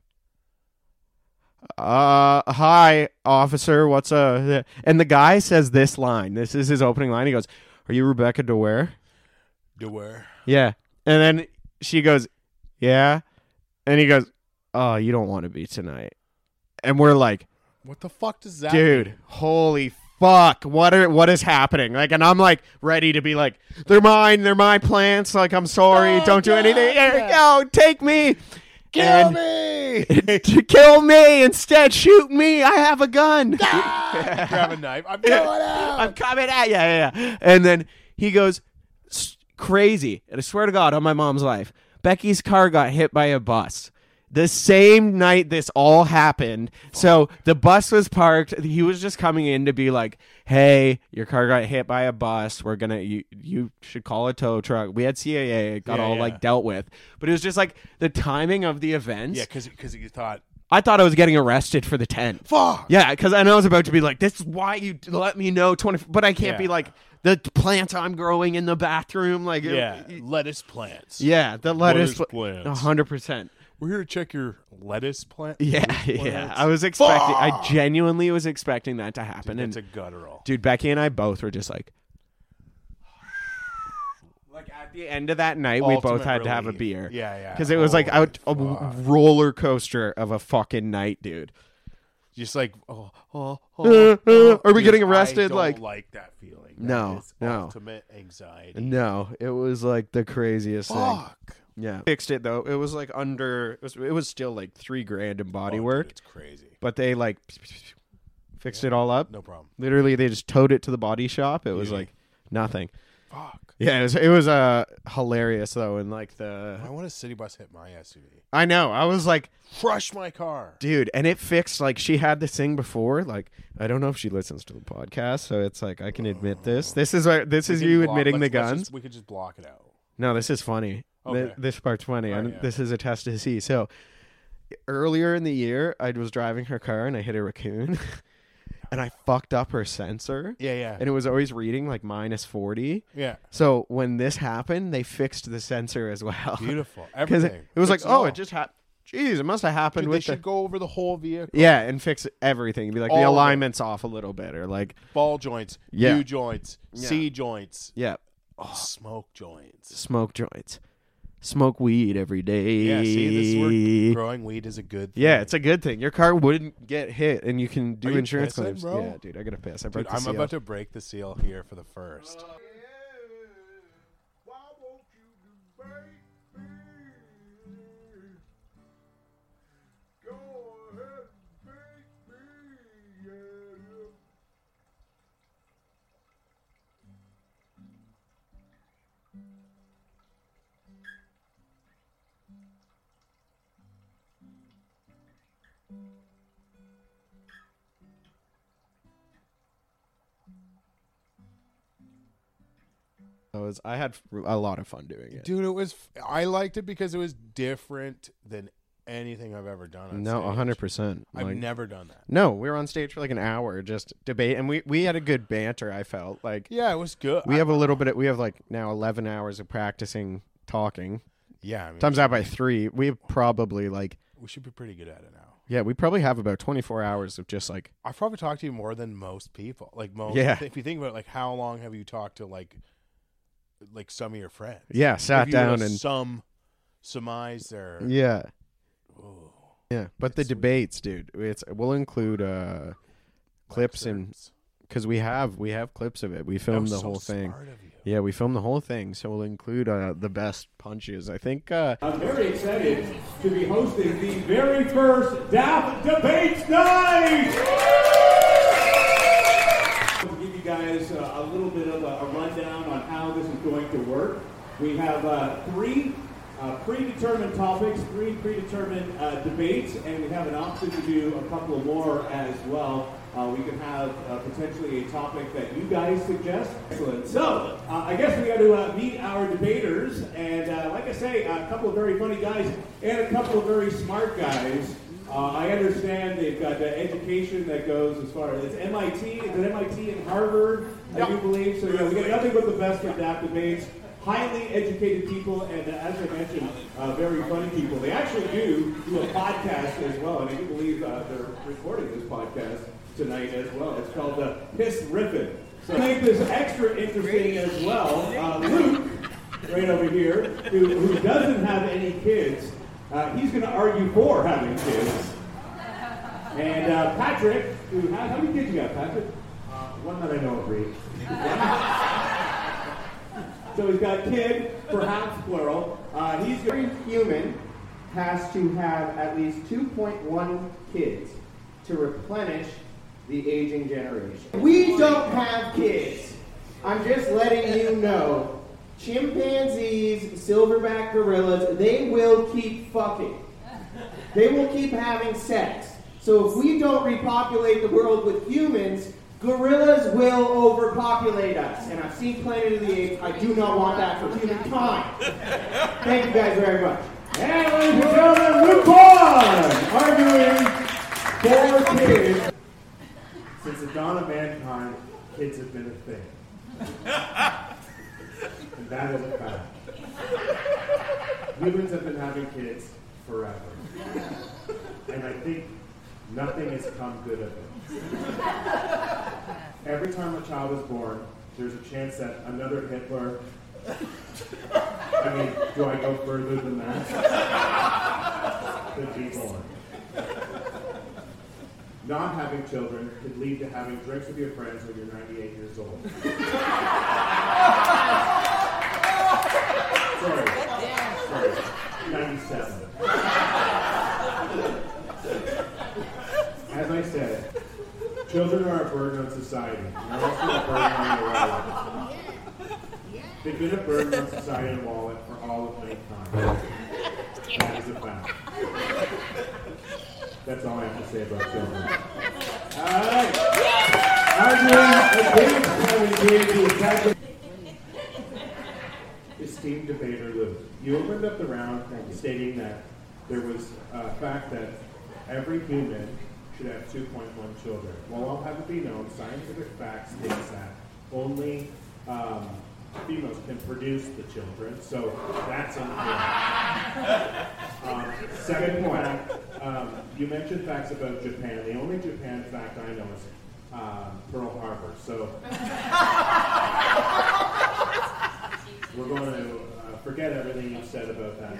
Speaker 2: uh, hi, officer, what's uh? And the guy says this line. This is his opening line. He goes, "Are you Rebecca DeWare?"
Speaker 1: Do where?
Speaker 2: Yeah, and then she goes, "Yeah," and he goes, "Oh, you don't want to be tonight." And we're like,
Speaker 1: What the fuck does that?
Speaker 2: dude, holy fuck, what are what is happening? Like, and I'm like ready to be like, they're mine, they're my plants. Like, I'm sorry, don't do anything. Eric, no, take me, Oh, kill
Speaker 1: me!
Speaker 2: me, to kill me instead. Shoot me. I have a gun.
Speaker 1: Grab a knife. I'm going out.
Speaker 2: I'm coming at you. Yeah, yeah, yeah. And then he goes s- crazy. And I swear to God, on my mom's life, Becky's car got hit by a bus. The same night this all happened. So the bus was parked. He was just coming in to be like, hey, your car got hit by a bus. We're going to, you, you should call a tow truck. We had CAA. It got
Speaker 1: Yeah,
Speaker 2: all
Speaker 1: yeah.
Speaker 2: like dealt with. But it was just like the timing of the events.
Speaker 1: yeah, because because you thought
Speaker 2: I thought I was getting arrested for the 10.
Speaker 1: fuck.
Speaker 2: Yeah, because I know I was about to be like, "This is why you d- let me know twenty, but I can't
Speaker 1: Yeah.
Speaker 2: be like the t- plants I'm growing in the bathroom, like it-
Speaker 1: Yeah, lettuce plants.
Speaker 2: yeah, the lettuce,
Speaker 1: Lettuce plants.
Speaker 2: a hundred percent.
Speaker 1: We're here to check your lettuce plant.
Speaker 2: Yeah,
Speaker 1: lettuce
Speaker 2: yeah.
Speaker 1: plants.
Speaker 2: I was expecting, I genuinely was expecting that to happen,
Speaker 1: Dude,
Speaker 2: and
Speaker 1: that's a guttural.
Speaker 2: dude, Becky and I both were just like, like at the end of that night, we both
Speaker 1: Ultimate
Speaker 2: had to have a
Speaker 1: relief.
Speaker 2: beer,
Speaker 1: Yeah, yeah.
Speaker 2: because it was like
Speaker 1: Holy
Speaker 2: out a w- roller coaster of a fucking night, dude.
Speaker 1: Just like, oh, oh,
Speaker 2: Uh,
Speaker 1: oh.
Speaker 2: uh, are we
Speaker 1: Dude,
Speaker 2: getting
Speaker 1: I
Speaker 2: arrested?
Speaker 1: don't
Speaker 2: Like,
Speaker 1: like that feeling. That
Speaker 2: No,
Speaker 1: is
Speaker 2: no.
Speaker 1: Ultimate anxiety.
Speaker 2: No, it was like the craziest
Speaker 1: Fuck.
Speaker 2: thing. Yeah, fixed it though. It was like under. It was, it was still like three grand in body
Speaker 1: Fuck,
Speaker 2: work,
Speaker 1: Oh, dude, It's crazy.
Speaker 2: but they like fixed it all up.
Speaker 1: No problem.
Speaker 2: Literally, they just towed it to the body shop. It was
Speaker 1: Yeah.
Speaker 2: like nothing.
Speaker 1: Fuck.
Speaker 2: Yeah, it was. It was uh hilarious though, and like the.
Speaker 1: I want a city bus hit my SUV.
Speaker 2: I know. I was like,
Speaker 1: Crush my car.
Speaker 2: dude, and it fixed. Like she had this thing before. Like I don't know if she listens to the podcast, so it's like I can admit this. This is our, this is
Speaker 1: We can
Speaker 2: you
Speaker 1: Oh. block-
Speaker 2: admitting the
Speaker 1: let's- let's
Speaker 2: guns.
Speaker 1: just- we could just block it out.
Speaker 2: No, this is funny. Th-
Speaker 1: Okay.
Speaker 2: this part's funny, and
Speaker 1: yeah.
Speaker 2: this is a test to see. So, earlier in the year, I was driving her car and I hit a raccoon, and I fucked up her sensor,
Speaker 1: Yeah, yeah,
Speaker 2: and it was always reading like minus forty.
Speaker 1: yeah.
Speaker 2: So when this happened, they fixed the sensor as well.
Speaker 1: Beautiful.
Speaker 2: 'Cause
Speaker 1: Everything.
Speaker 2: it, it was like,
Speaker 1: Fix
Speaker 2: oh,
Speaker 1: all.
Speaker 2: it just happened. Jeez, it must have happened
Speaker 1: Dude, they
Speaker 2: with the
Speaker 1: should go over the whole vehicle.
Speaker 2: yeah, and fix everything. Be like
Speaker 1: All
Speaker 2: the
Speaker 1: of it.
Speaker 2: alignment's off a little bit, or like
Speaker 1: Ball joints,
Speaker 2: Yeah.
Speaker 1: U joints, C joints,
Speaker 2: yeah, Oh.
Speaker 1: smoke joints.
Speaker 2: smoke joints, smoke weed every day.
Speaker 1: Yeah, see, this work, growing weed is a good thing.
Speaker 2: Yeah, it's a good thing. Your car wouldn't get hit, and you can do
Speaker 1: Are you
Speaker 2: insurance
Speaker 1: pissing,
Speaker 2: claims.
Speaker 1: bro?
Speaker 2: Yeah, dude, I gotta piss. I broke
Speaker 1: Dude,
Speaker 2: the
Speaker 1: I'm
Speaker 2: seal.
Speaker 1: about to break the seal here for the first.
Speaker 2: I was- I had a lot of fun doing it.
Speaker 1: Dude, it was. I liked it because it was different than anything I've ever done. On
Speaker 2: no,
Speaker 1: stage.
Speaker 2: hundred percent.
Speaker 1: I've
Speaker 2: Like,
Speaker 1: never done that.
Speaker 2: no, we were on stage for like an hour, just debate, and we we had a good banter. I felt like
Speaker 1: Yeah, it was good.
Speaker 2: we
Speaker 1: I-
Speaker 2: have a little bit. Of, we have like now eleven hours of practicing talking.
Speaker 1: yeah, I mean,
Speaker 2: Times out by three, we have probably like
Speaker 1: we should be pretty good at it now.
Speaker 2: yeah, we probably have about twenty four hours of just like
Speaker 1: I've probably talked to you more than most people. Like most,
Speaker 2: Yeah.
Speaker 1: If you think about it, like how long have you talked to like, like some of your friends?
Speaker 2: yeah,
Speaker 1: If
Speaker 2: sat
Speaker 1: you were to
Speaker 2: down and
Speaker 1: some surmise there.
Speaker 2: yeah.
Speaker 1: Ooh,
Speaker 2: Yeah, but the debates, dude. It's we'll include uh clips and
Speaker 1: excerpts.
Speaker 2: because we have we have clips of it. We
Speaker 1: That
Speaker 2: filmed
Speaker 1: was
Speaker 2: the
Speaker 1: so
Speaker 2: whole thing.
Speaker 1: smart of you.
Speaker 2: Yeah, we filmed the whole thing, so we'll include uh, the best punches. I think uh,
Speaker 5: I'm very excited to be hosting the very first DAP Debates Night! To give you guys uh, a little bit of a, a rundown on how this is going to work, we have uh, three uh, predetermined topics, three predetermined uh, debates, and we have an option to do a couple more as well. Uh, we can have uh, potentially a topic that you guys suggest. Excellent. So uh, I guess we got to uh, meet our debaters, and uh, like I say, a couple of very funny guys and a couple of very smart guys. Uh, I understand they've got the education that goes as far as it's MIT, is it MIT and Harvard? I do believe so. Yeah, we got nothing but the best for DAP debates. highly educated people, and uh, as I mentioned, uh, very funny people. They actually do do a podcast as well, and I do believe uh, they're recording this podcast tonight as well. It's called uh, Piss Riffin. So to make this extra interesting as well, uh, Luke right over here, who, who doesn't have any kids, uh, he's going to argue for having kids. And uh, Patrick, who how, how many kids you got, Patrick? Uh, one that I know of, Reed. so he's got kid, perhaps plural. Uh, he's
Speaker 6: Every human has to have at least 2.1 kids to replenish the aging generation. We don't have kids. I'm just letting you know. Chimpanzees, silverback gorillas, they will keep fucking. They will keep having sex. So if we don't repopulate the world with humans, gorillas will overpopulate us. And I've seen Planet of the Apes. I do not want that for humankind. Thank you guys very much.
Speaker 5: And ladies and gentlemen, Luke Vaughn, arguing for kids. Since the dawn of mankind, kids have been a thing. and that is a fact. Humans have been having kids forever. And I think nothing has come good of it. Every time a child is born, there's a chance that another Hitler. I mean, do I go further than that? Could be born. Not having children could lead to having drinks with your friends when you're 98 years old. Sorry. Sorry. 97. As I said, children are a burden on society. They're also a burden on your wallet. They've been a burden on society and wallet for all of mankind. That is a fact. That's all I have to say about children. All right. Arguing against having kids is Patrick esteemed debater Lou. You opened up the round stating that there was a fact that every human should have 2.1 children. Well, I'll have it be known, scientific fact states that only um, females can produce the children, so that's incorrect. um, second point, um, you mentioned facts about Japan. The only Japan fact I know is um, Pearl Harbor, so We're going to uh, forget everything you said about that.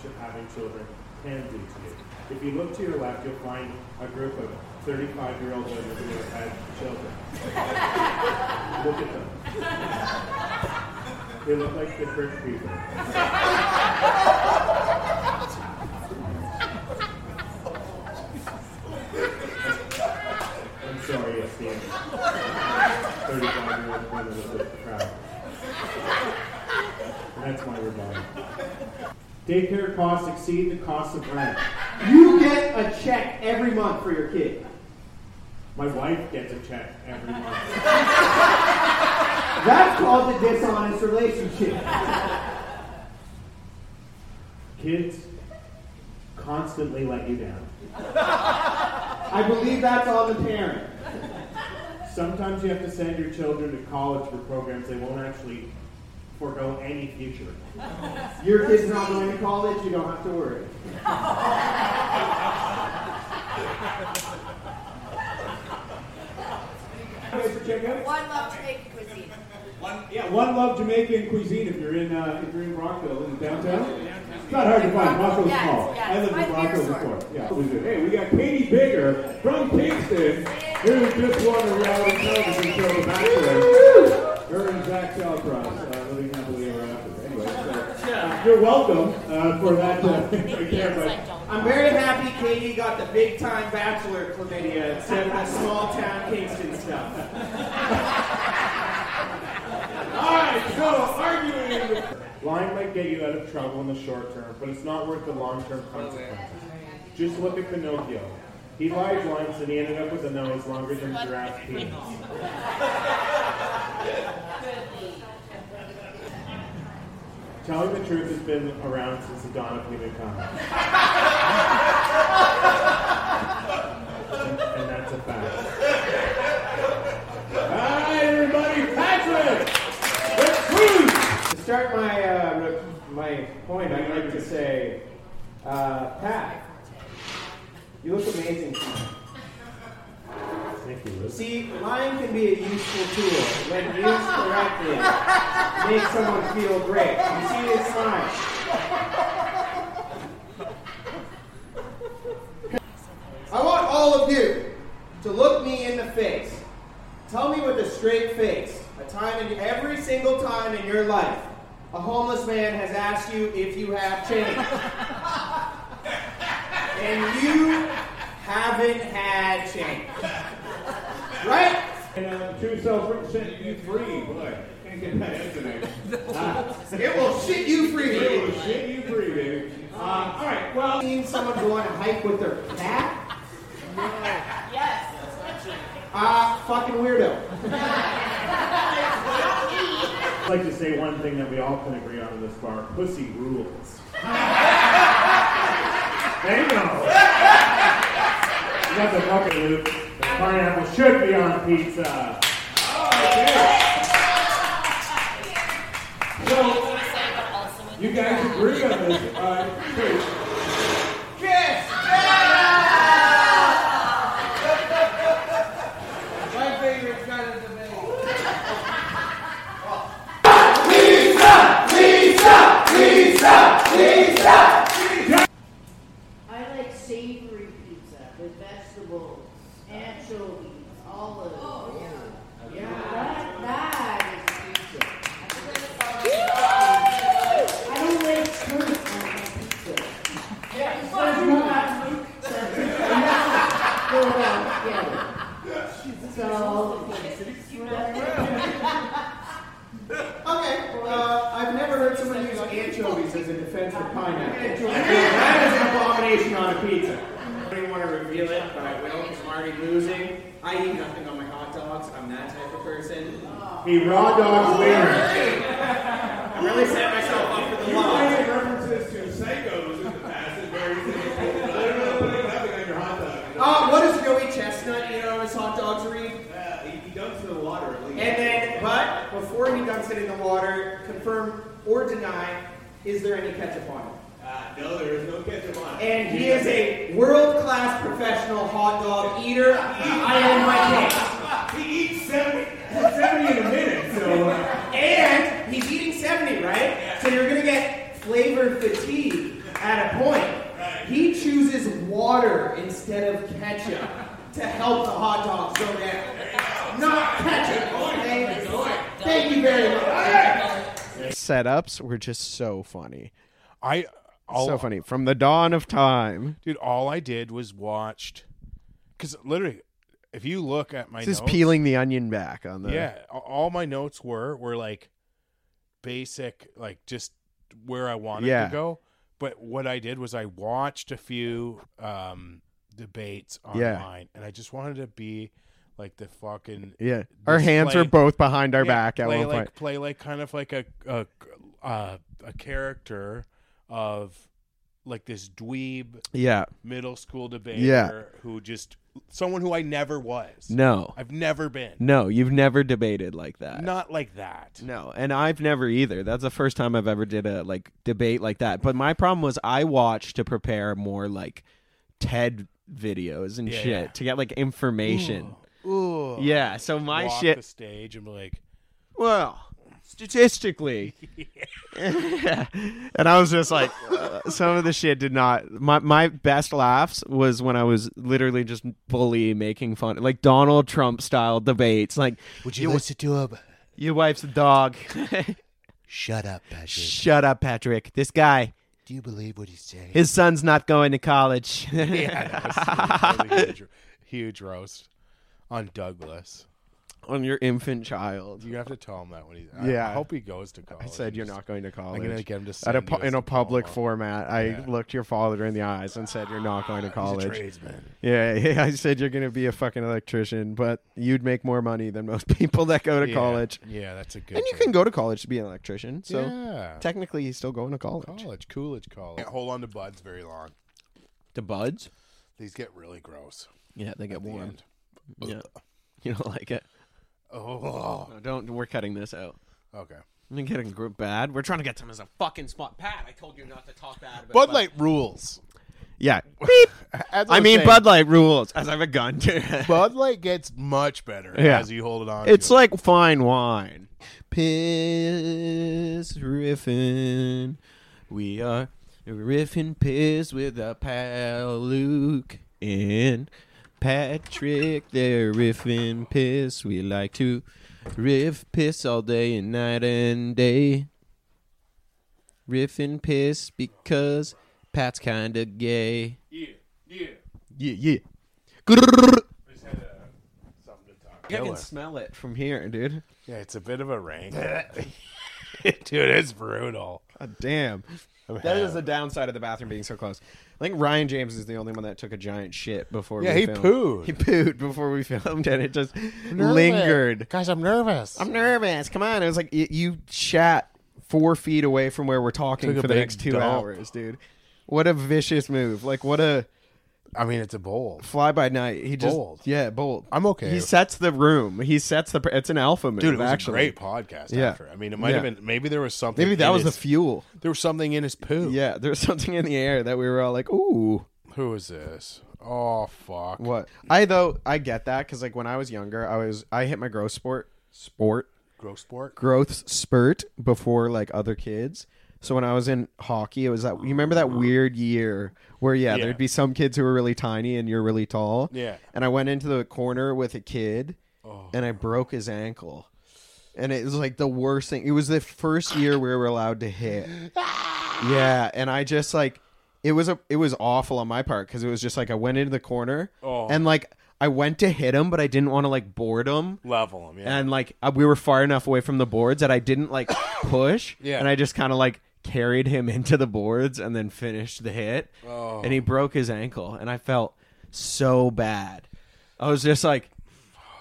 Speaker 5: Ch- Having children can do to you. If you look to your left, you'll find a group of 35 year old women who have had children. look at them. They look like the French people. I'm sorry, it's the end. 35 year old women of the crowd. And that's my rebuttal. Daycare costs exceed the cost of rent.
Speaker 6: You get a check every month for your kid.
Speaker 5: My wife gets a check every month.
Speaker 6: That's called a dishonest relationship.
Speaker 5: Kids constantly let you down.
Speaker 6: I believe that's on the parent.
Speaker 5: Sometimes you have to send your children to college for programs they won't actually forego any future.
Speaker 6: Your kid's not going to college, you don't have to worry.
Speaker 5: Guys, for check out.
Speaker 7: One Oh, love Jamaican cuisine.
Speaker 5: Yeah, One Love Jamaican Cuisine if you're in uh, if you're in Rockville in downtown. It's not hard to find. Rockville's
Speaker 7: Yes,
Speaker 5: small.
Speaker 7: yes.
Speaker 5: I lived
Speaker 7: My
Speaker 5: in Rockville
Speaker 7: favorite
Speaker 5: before.
Speaker 7: store.
Speaker 5: Yeah, we do. Hey, we got Katie Bigger from Kingston, who just won the reality television show The Bachelor. Her and Zach Galcross uh, living happily ever after. Anyway, so uh, you're welcome uh, for that. Uh, right there, but
Speaker 6: I'm very happy Katie got the big time bachelor chlamydia instead uh, of the small town Kingston stuff.
Speaker 5: All right, so arguing. Lying might get you out of trouble in the short term, but it's not worth the long term consequences. Just look at Pinocchio. He lied once and he ended up with a nose longer than a giraffe's penis. Telling the truth has been around since the dawn of humankind. and, and that's a fact. Hi, everybody, Patrick!
Speaker 6: start my uh, my point, I'd like to say, uh, Pat, you look amazing. tonight.
Speaker 7: Thank you, Liz.
Speaker 6: See, lying can be a useful tool when used correctly. Make someone feel great. You see this sign? I want all of you to look me in the face. Tell me with a straight face, a time in every single time in your life, a homeless man has asked you if you have change. and you haven't had change. Right?
Speaker 5: And uh, true self represent you free, boy. Can't get that estimate.
Speaker 6: It will shit you free.
Speaker 5: It was shit you free, baby. Uh, all right, well.
Speaker 6: seen someone go on a hike with their cat? Yes. Ah, fucking weirdo.
Speaker 7: I'd like to say one thing that we all can agree on in this bar pussy rules. there you go. You got the bucket, Luke. The pineapple should be on pizza.
Speaker 5: So, you guys agree on this. Uh, wait,
Speaker 6: Yes. My favorite kind of debate.
Speaker 8: I like savory pizza with vegetables, anchovies, olives. Oh, yeah. Yeah, that, that is pizza. I don't like turds on my pizza. Yeah, it's not. So, not go well together. So,
Speaker 6: Okay, uh, I've never heard someone use anchovies as a defense of pineapple. that is an abomination on a pizza. I don't even want to reveal it, but I will 'cause I'm already losing. I eat nothing on my hot dogs. I'm that type of person.
Speaker 7: He raw dogs wiener.
Speaker 6: I really set myself up for the
Speaker 5: you
Speaker 6: loss.
Speaker 5: made references to Sego's in the past, and very literally putting nothing on your hot dog.
Speaker 6: Uh, what does Joey Chestnut eat on his hot dogs, Reed?
Speaker 5: Uh, he, he dumps in the water at least.
Speaker 6: And then, but before he dumps it in the water, confirm or deny, is there any ketchup on it?
Speaker 5: uh, no, there is no ketchup on it.
Speaker 6: And he is a world-class professional hot dog eater. I am my case.
Speaker 5: He eats 70, 70 in a minute, so. Uh,
Speaker 6: And he's eating 70, right? So you're gonna get flavor fatigue at a point. He chooses water instead of ketchup to help the hot dogs go down. Not ketchup. Okay? Thank you very much.
Speaker 2: Setups were just so funny.
Speaker 1: I all
Speaker 2: so funny. From the dawn of time.
Speaker 1: dude, all I did was watched because literally, if you look at my
Speaker 2: This is
Speaker 1: notes,
Speaker 2: peeling the onion back on the
Speaker 1: Yeah, a- all my notes were were like basic, like just where I wanted
Speaker 2: Yeah.
Speaker 1: to go. But what I did was I watched a few um debates
Speaker 2: Yeah.
Speaker 1: online, and I just wanted to be like the fucking
Speaker 2: Yeah. Our hands
Speaker 1: play-
Speaker 2: are both behind our
Speaker 1: Yeah,
Speaker 2: back at
Speaker 1: play
Speaker 2: one
Speaker 1: like
Speaker 2: point.
Speaker 1: play like kind of like a a uh, a character of like this dweeb
Speaker 2: Yeah.
Speaker 1: middle school debater
Speaker 2: Yeah.
Speaker 1: who just someone who I never was.
Speaker 2: No.
Speaker 1: I've never been.
Speaker 2: No, you've never debated like that.
Speaker 1: Not like that.
Speaker 2: No, and I've never either. That's the first time I've ever did a like debate like that. But my problem was I watched to prepare more like TED videos and
Speaker 1: Yeah,
Speaker 2: shit
Speaker 1: yeah.
Speaker 2: to get like information.
Speaker 1: Ooh.
Speaker 2: Yeah, so my
Speaker 1: walk
Speaker 2: shit
Speaker 1: the stage and be like,
Speaker 2: well, statistically. and I was just like, uh, some of the shit did not. My, my best laughs was when I was literally just bully making fun, like Donald Trump style debates. Like,
Speaker 4: Would you listen to him?
Speaker 2: your wife's a dog.
Speaker 4: Shut up, Patrick.
Speaker 2: Shut up, Patrick. This guy,
Speaker 4: Do you believe what he's saying?
Speaker 2: his son's not going to college.
Speaker 1: yeah, that was a huge, huge roast on Douglas.
Speaker 2: On your infant child.
Speaker 1: You have to tell him that when he's. I-
Speaker 2: Yeah.
Speaker 1: I hope he goes to college.
Speaker 2: I said you're
Speaker 1: Just-
Speaker 2: not going to college.
Speaker 1: Oh, I'm gonna get him to
Speaker 2: At
Speaker 1: send
Speaker 2: a,
Speaker 1: you
Speaker 2: pu-
Speaker 1: his
Speaker 2: in a public
Speaker 1: diploma.
Speaker 2: format, I
Speaker 1: Yeah.
Speaker 2: looked your father in the eyes and said, "You're not going to
Speaker 1: He's a
Speaker 2: college."
Speaker 1: tradesman.
Speaker 2: Yeah, yeah, I said you're going to be a fucking electrician, but you'd make more money than most people that go to
Speaker 1: Yeah.
Speaker 2: college.
Speaker 1: Yeah, that's a good.
Speaker 2: And you can go to college to be an electrician, so
Speaker 1: yeah.
Speaker 2: technically he's still going to college.
Speaker 1: college, Coolidge College. Can't hold on to buds very long.
Speaker 2: To buds?
Speaker 1: These get really gross.
Speaker 2: Yeah, they get
Speaker 1: at the
Speaker 2: warm.
Speaker 1: end.
Speaker 2: Yeah. You don't like it.
Speaker 1: Oh,
Speaker 2: No, don't. We're cutting this out.
Speaker 1: okay.
Speaker 2: I'm getting gr- bad. We're trying to get them as a fucking spot. Pat, I told you not to talk bad about
Speaker 1: Bud Light rules.
Speaker 2: Yeah.
Speaker 1: As
Speaker 2: I
Speaker 1: was
Speaker 2: mean,
Speaker 1: saying,
Speaker 2: Bud Light rules. As I've a gun to.
Speaker 1: Bud Light gets much better
Speaker 2: Yeah.
Speaker 1: as you hold it on.
Speaker 2: It's
Speaker 1: to it.
Speaker 2: like fine wine. Piss riffing. We are riffing piss with a pal Luke and Patrick. They're riffing piss. We like to riff piss all day and night and day. Riffing piss because Pat's kinda gay.
Speaker 7: Yeah, yeah.
Speaker 2: Yeah, yeah.
Speaker 1: something to talk.
Speaker 2: I can smell it from here, dude.
Speaker 1: Yeah, it's a bit of a rank. Dude, it's brutal.
Speaker 2: God damn. That is the downside of the bathroom being so close. I think Ryan James is the only one that took a giant shit before
Speaker 1: Yeah,
Speaker 2: we
Speaker 1: he
Speaker 2: filmed.
Speaker 1: pooed.
Speaker 2: He pooed before we filmed, and it just lingered.
Speaker 4: Guys, I'm nervous.
Speaker 2: I'm nervous. Come on. It was like y- you chat four feet away from where we're talking
Speaker 1: Took a
Speaker 2: for the
Speaker 1: big
Speaker 2: next two
Speaker 1: dump.
Speaker 2: hours, dude. What a vicious move. Like, what a
Speaker 1: I mean, it's a bowl.
Speaker 2: fly by night. He just.
Speaker 1: Bold.
Speaker 2: Yeah, bold.
Speaker 1: I'm okay.
Speaker 2: He sets the room. He sets the. pr- It's an alpha move,
Speaker 1: Dude, it was
Speaker 2: actually.
Speaker 1: a great podcast.
Speaker 2: Yeah.
Speaker 1: After. I mean, it might have
Speaker 2: Yeah.
Speaker 1: been. Maybe there was something.
Speaker 2: Maybe that
Speaker 1: in
Speaker 2: was the
Speaker 1: his,
Speaker 2: fuel.
Speaker 1: there was something in his poo.
Speaker 2: Yeah, there's something in the air that we were all like, ooh.
Speaker 1: Who is this? Oh fuck.
Speaker 2: What I though I get that because like when I was younger, I was I hit my growth sport sport
Speaker 1: Gross sport.
Speaker 2: growth spurt before like other kids. So when I was in hockey, it was that you remember that weird year where yeah,
Speaker 1: Uh-huh. Yeah.
Speaker 2: there'd be some kids who were really tiny and you're really tall.
Speaker 1: Yeah. Oh.
Speaker 2: and I went into the corner with a kid, and I broke his ankle. And it was like the worst thing. It was the first year we were allowed to hit. Yeah, and I just like it was a it was awful on my part because it was just like I went into the corner
Speaker 1: Oh.
Speaker 2: and like I went to hit him, but I didn't want to like board him,
Speaker 1: Level him. Yeah.
Speaker 2: and like I- we were far enough away from the boards that I didn't like push.
Speaker 1: Yeah.
Speaker 2: and I just kind of like carried him into the boards and then finished the hit,
Speaker 1: Oh.
Speaker 2: and he broke his ankle, and I felt so bad. I was just like.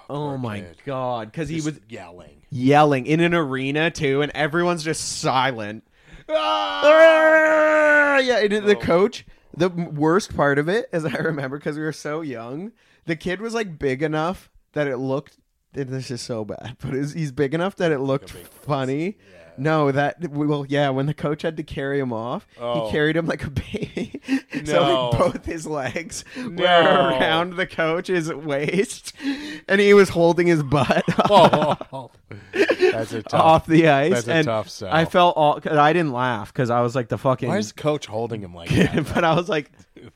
Speaker 2: Oh my
Speaker 1: kid.
Speaker 2: god! Because he was
Speaker 1: yelling.
Speaker 2: yelling in an arena too, and everyone's just silent.
Speaker 1: Ah!
Speaker 2: Ah! Yeah, and
Speaker 1: Oh.
Speaker 2: the coach. The worst part of it, as I remember, because we were so young, the kid was like big enough that it looked. and This is so bad, but it was- he's big enough that it looked funny. No, that well, yeah. When the coach had to carry him off,
Speaker 1: Oh.
Speaker 2: he carried him like a baby. so
Speaker 1: No.
Speaker 2: like, both his legs were
Speaker 1: No.
Speaker 2: around the coach's waist, and he was holding his butt.
Speaker 1: Oh, that's a tough.
Speaker 2: off the ice.
Speaker 1: That's a
Speaker 2: and
Speaker 1: tough sell.
Speaker 2: I felt all. Cause I didn't laugh because I was like the fucking.
Speaker 1: Why is coach holding him like that?
Speaker 2: but I was like,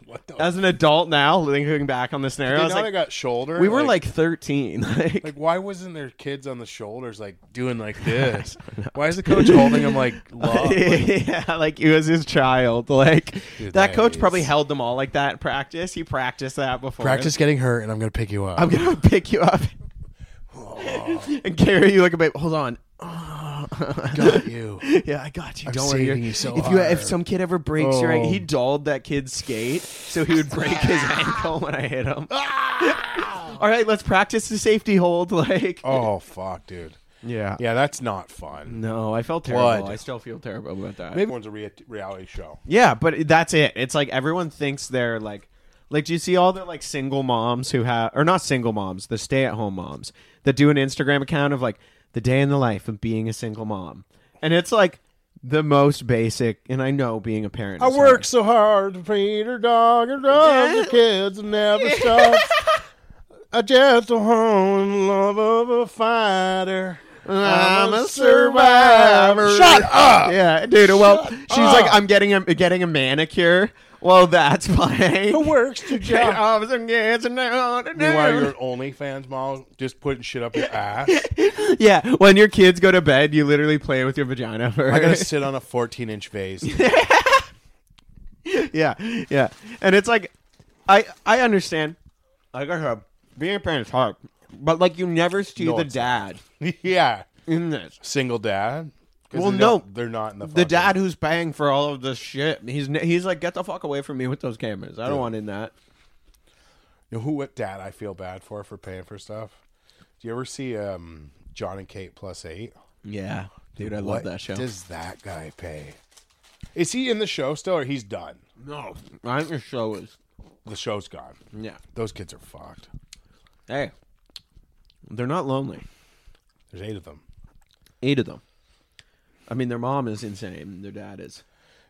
Speaker 1: what the?
Speaker 2: as an adult now, looking back on the
Speaker 1: Did
Speaker 2: scenario, I was
Speaker 1: not I
Speaker 2: like,
Speaker 1: got shoulder.
Speaker 2: we were like 13. Like,
Speaker 1: Like, why wasn't there kids on the shoulders like doing like this? Why is the coach holding him like low? Like,
Speaker 2: yeah, like he was his child. Like
Speaker 1: Dude,
Speaker 2: that
Speaker 1: that
Speaker 2: coach
Speaker 1: is-
Speaker 2: probably held them all like that in practice. He practiced that before.
Speaker 1: practice getting hurt, and I'm gonna pick you up.
Speaker 2: I'm gonna pick you up and carry you like a baby. Hold on.
Speaker 1: got you.
Speaker 2: Yeah, I got you.
Speaker 1: I'm
Speaker 2: Don't worry.
Speaker 1: saving
Speaker 2: You're-
Speaker 1: you so
Speaker 2: if you
Speaker 1: hard.
Speaker 2: if some kid ever breaks your ankle,
Speaker 1: Oh.
Speaker 2: he dolled that kid's skate so he would break his ankle when I hit him. All right, let's practice the safety hold. Like,
Speaker 1: Ah! Oh fuck, dude.
Speaker 2: yeah,
Speaker 1: Yeah, that's not fun.
Speaker 2: No, I felt terrible.
Speaker 1: Blood.
Speaker 2: I still feel terrible about that.
Speaker 1: Maybe one's a rea- reality show.
Speaker 2: Yeah, but that's it. It's like everyone thinks they're like, like, do you see all the like single moms who have, or not single moms, the stay at home moms that do an Instagram account of like the day in the life of being a single mom, and it's like the most basic. And I know being a parent,
Speaker 1: I
Speaker 2: is
Speaker 1: work so hard to feed her dog and love the kids and never stop. I just a home love of a fighter.
Speaker 2: hard. I'm a survivor.
Speaker 1: Shut up!
Speaker 2: Yeah, dude. Well, she's like, I'm getting a getting a manicure. Well, that's playing.
Speaker 1: Who works two jobs? Meanwhile, you're
Speaker 2: Yeah.
Speaker 1: an OnlyFans model, just putting shit up your ass.
Speaker 2: yeah, when your kids go to bed, you literally play with your vagina first.
Speaker 1: I gotta sit on a 14 inch vase.
Speaker 2: yeah, yeah. And it's like, I I understand. Like I said, being a parent is hard, but like you never see
Speaker 1: No,
Speaker 2: the
Speaker 1: it's
Speaker 2: dad
Speaker 1: yeah,
Speaker 2: in this.
Speaker 1: single dad. 'Cause
Speaker 2: Well,
Speaker 1: they
Speaker 2: no.
Speaker 1: don't- they're not in the.
Speaker 2: The
Speaker 1: fucking-
Speaker 2: dad who's paying for all of this shit. He's n- he's like, get the fuck away from me with those cameras. I don't want in that.
Speaker 1: You know who? What dad? I feel bad for for paying for stuff. Do you ever see um, John and Kate plus eight?
Speaker 2: Yeah, dude, I
Speaker 1: what
Speaker 2: love that show.
Speaker 1: Does that guy pay? Is he in the show still, or he's done?
Speaker 2: no, I think the show is
Speaker 1: The show's gone.
Speaker 2: yeah.
Speaker 1: Those kids are fucked.
Speaker 2: Hey, they're not lonely.
Speaker 1: There's eight of them.
Speaker 2: Eight of them. I mean, their mom is insane. Their dad is.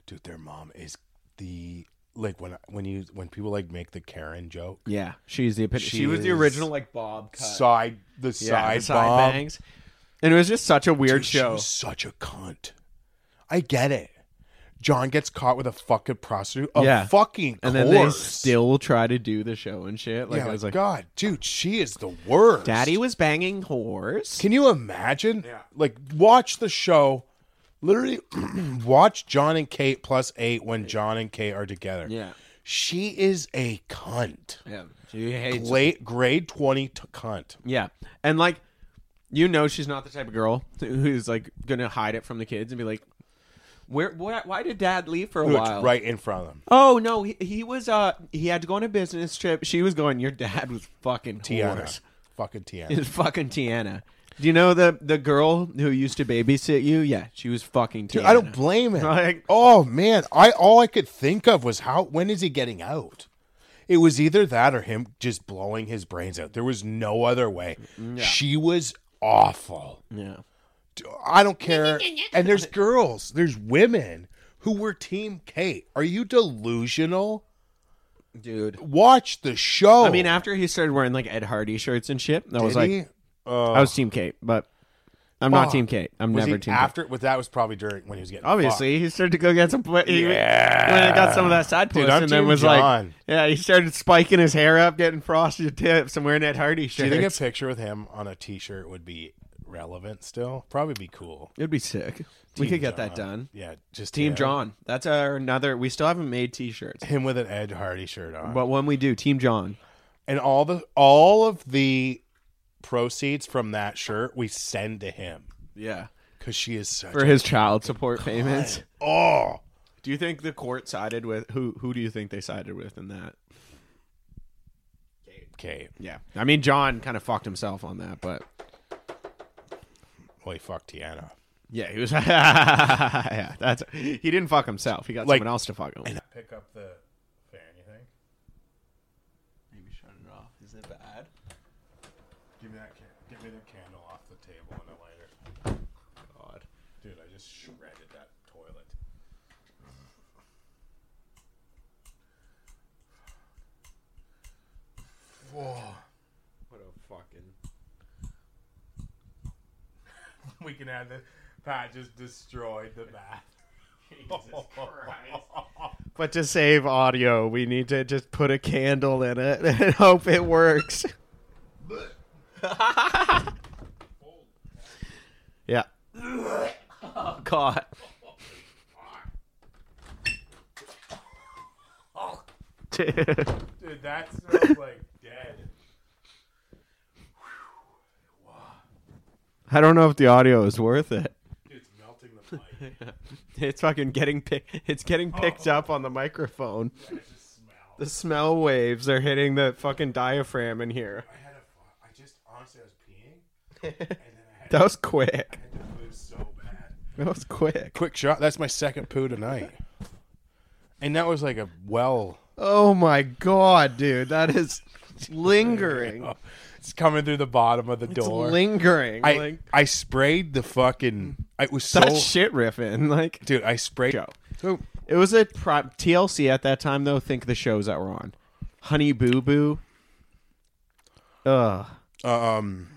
Speaker 1: Dude, their mom is the like when when you when people like make the Karen joke.
Speaker 2: Yeah, she's the epitome. She,
Speaker 1: She
Speaker 2: was the
Speaker 1: is-
Speaker 2: original like bob cut.
Speaker 1: Side the
Speaker 2: Yeah,
Speaker 1: side,
Speaker 2: the
Speaker 1: bomb.
Speaker 2: bangs. And it was just such a weird
Speaker 1: Dude, she
Speaker 2: show.
Speaker 1: was such a cunt. I get it. John gets caught with a fucking prostitute. A
Speaker 2: Yeah.
Speaker 1: fucking
Speaker 2: and
Speaker 1: course.
Speaker 2: then they still try to do the show and shit. Like
Speaker 1: yeah,
Speaker 2: I was
Speaker 1: like,
Speaker 2: like,
Speaker 1: God, dude, she is the worst.
Speaker 2: Daddy was banging whores.
Speaker 1: Can you imagine? Yeah. Like, watch the show. Literally, watch John and Kate plus eight when John and Kate are together.
Speaker 2: Yeah.
Speaker 1: She is a cunt.
Speaker 2: Yeah, she hates.
Speaker 1: Late grade 20 t- cunt.
Speaker 2: Yeah, and like, you know, she's not the type of girl who's like gonna hide it from the kids and be like, "Where? Why, why did Dad leave for a
Speaker 1: Dude,
Speaker 2: while?"
Speaker 1: Right in front of them.
Speaker 2: Oh no, he, he was. Uh, he had to go on a business trip. She was going. Your dad was fucking
Speaker 1: Tiana.
Speaker 2: whores.
Speaker 1: Fucking Tiana.
Speaker 2: It's fucking Tiana. Do you know the the girl who used to babysit you? Yeah, she was fucking Tiana.
Speaker 1: Dude, I don't blame him.
Speaker 2: Like-
Speaker 1: oh man, I all I could think of was how when is he getting out? It was either that or him just blowing his brains out. There was no other way.
Speaker 2: Mm-hmm.
Speaker 1: She was awful.
Speaker 2: Yeah.
Speaker 1: Dude, I don't care. and there's girls, there's women who were team Kate. Are you delusional?
Speaker 2: dude.
Speaker 1: Watch the show.
Speaker 2: I mean, after he started wearing like Ed Hardy shirts and shit, I was
Speaker 1: Did
Speaker 2: like,
Speaker 1: he? Uh,
Speaker 2: I was Team Kate, but I'm not
Speaker 1: Fuck.
Speaker 2: Team Kate. I'm
Speaker 1: was
Speaker 2: never
Speaker 1: he
Speaker 2: Team Kate.
Speaker 1: after? Well, that was probably during when he was getting.
Speaker 2: Obviously, he started to go get some. Pl- he,
Speaker 1: Yeah.
Speaker 2: when I got some of that side
Speaker 1: Dude,
Speaker 2: puss,
Speaker 1: I'm
Speaker 2: and then
Speaker 1: Team
Speaker 2: was like,
Speaker 1: John.
Speaker 2: yeah, he started spiking his hair up, getting frosted tips, and wearing that Hardy
Speaker 1: Do
Speaker 2: shirt.
Speaker 1: you think a picture with him on a T-shirt would be relevant? Still, probably be cool.
Speaker 2: it'd be sick? we
Speaker 1: Team
Speaker 2: could get that
Speaker 1: John.
Speaker 2: done.
Speaker 1: Yeah, just
Speaker 2: Team
Speaker 1: him.
Speaker 2: John. That's our another. We still haven't made T-shirts,
Speaker 1: him with an Ed Hardy shirt on,
Speaker 2: but when we do, Team John.
Speaker 1: and all the all of the proceeds from that shirt we send to him
Speaker 2: Yeah,
Speaker 1: because she is such.
Speaker 2: for
Speaker 1: a-
Speaker 2: his child support payments.
Speaker 1: oh,
Speaker 2: Do you think the court sided with who? Who do you think they sided with in that?
Speaker 1: okay.
Speaker 2: Yeah, I mean, John kind of fucked himself on that, but
Speaker 1: Well, he fucked Tiana.
Speaker 2: yeah, he was. yeah, that's he didn't fuck himself. He got
Speaker 1: Like-
Speaker 2: someone else to fuck him.
Speaker 1: Pick up the fan. You think?
Speaker 2: Maybe shut it off. Is it bad?
Speaker 1: Give me that. Can- give me the candle off the table and a lighter.
Speaker 2: God.
Speaker 1: Dude, I just shredded that toilet.
Speaker 2: What a fucking.
Speaker 1: We can have the Pat just destroyed the bath.
Speaker 2: But to save audio, we need to just put a candle in it and hope it works. yeah. Oh God. Dude.
Speaker 1: Dude, that smells like dead.
Speaker 2: I don't know if the audio is worth it.
Speaker 1: Dude, it's melting the mic.
Speaker 2: It's fucking getting pick- it's getting picked up on the microphone. The Oh. smell waves are hitting the fucking diaphragm in here.
Speaker 1: I had a, I just honestly I was peeing, and then I had,
Speaker 2: That was quick.
Speaker 1: I had to move so bad.
Speaker 2: That was quick.
Speaker 1: Quick shot. That's my second poo tonight, and that was like a well.
Speaker 2: Oh my god, dude, that is lingering.
Speaker 1: It's coming through the bottom of the
Speaker 2: It's
Speaker 1: door.
Speaker 2: lingering.
Speaker 1: I
Speaker 2: like
Speaker 1: I sprayed the fucking. It was so
Speaker 2: that shit riffing. Like
Speaker 1: dude. I sprayed.
Speaker 2: Joe.
Speaker 1: Oh,
Speaker 2: It was a pro- TLC at that time though. Think of the shows that were on. Honey Boo Boo. Ugh.
Speaker 1: um,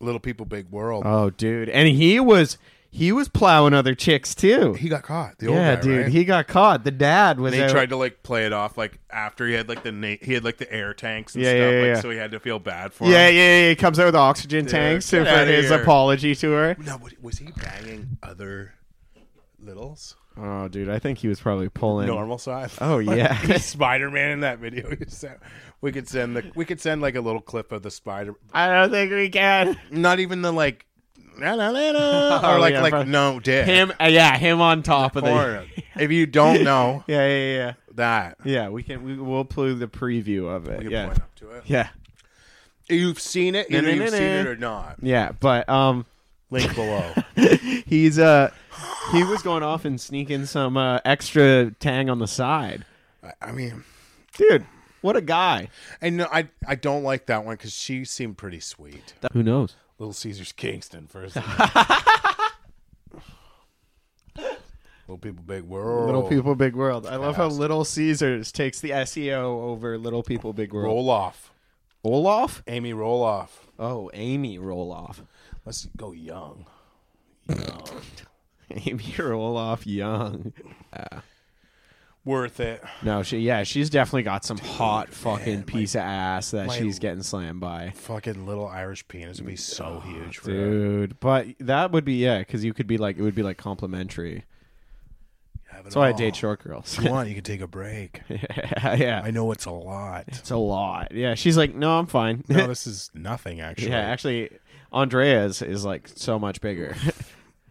Speaker 1: little people, big world.
Speaker 2: Oh dude. And he was he was plowing other chicks too.
Speaker 1: he got caught. The old
Speaker 2: Yeah,
Speaker 1: guy,
Speaker 2: dude,
Speaker 1: right?
Speaker 2: he got caught. The dad was
Speaker 1: And he
Speaker 2: out-
Speaker 1: tried to like play it off like after he had like the na- he had like the air tanks and
Speaker 2: Yeah,
Speaker 1: stuff,
Speaker 2: yeah,
Speaker 1: like
Speaker 2: yeah.
Speaker 1: so he had to feel bad for
Speaker 2: Yeah, yeah,
Speaker 1: him.
Speaker 2: yeah. He comes out with oxygen tanks for
Speaker 1: get outta
Speaker 2: his
Speaker 1: here.
Speaker 2: apology to her.
Speaker 1: No, was- was he banging other littles?
Speaker 2: Oh, dude, I think he was probably pulling.
Speaker 1: Normal size.
Speaker 2: Oh, yeah.
Speaker 1: Spider Man in that video. you sent. We could send the we could send like a little clip of the Spider.
Speaker 2: I don't think we can.
Speaker 1: Not even the like. Na, na, na, na, or
Speaker 2: Oh,
Speaker 1: like
Speaker 2: yeah,
Speaker 1: like
Speaker 2: probably.
Speaker 1: no dick.
Speaker 2: Him, uh, yeah, him on top of the.
Speaker 1: Or, if you don't know
Speaker 2: Yeah, yeah, yeah.
Speaker 1: that,
Speaker 2: Yeah, we can. We, we'll play the preview of it.
Speaker 1: you
Speaker 2: yeah,
Speaker 1: point up to it.
Speaker 2: yeah,
Speaker 1: You've seen it, either you've
Speaker 2: Na-na-na-na.
Speaker 1: seen it or not.
Speaker 2: yeah. But um,
Speaker 1: Link below.
Speaker 2: he's uh, he was going off and sneaking some uh, extra tang on the side,
Speaker 1: I- I mean,
Speaker 2: dude. What a guy.
Speaker 1: And no, I I don't like that one because she seemed pretty sweet.
Speaker 2: Who knows?
Speaker 1: Little Caesar's Kingston first. people, big world.
Speaker 2: Little People Big World. I love how Little Caesars takes the SEO over Little People Big World.
Speaker 1: roll off.
Speaker 2: Olaf?
Speaker 1: Amy, roll off.
Speaker 2: Oh, Amy Roloff.
Speaker 1: Let's go young.
Speaker 2: Amy Roloff Young.
Speaker 1: Worth it.
Speaker 2: No, she yeah, she's definitely got some hot fucking piece of ass that she's getting slammed by.
Speaker 1: Fucking little Irish penis would be so huge for her.
Speaker 2: Dude, but that would be yeah, because you could be like it would be like complimentary.
Speaker 1: Have it
Speaker 2: That's why I
Speaker 1: all.
Speaker 2: date short girls.
Speaker 1: If you want, you can take a break.
Speaker 2: yeah, yeah.
Speaker 1: I know it's a lot.
Speaker 2: It's a lot. Yeah, she's like, no, I'm fine.
Speaker 1: No, this is nothing actually.
Speaker 2: yeah, actually, Andrea's is like so much bigger.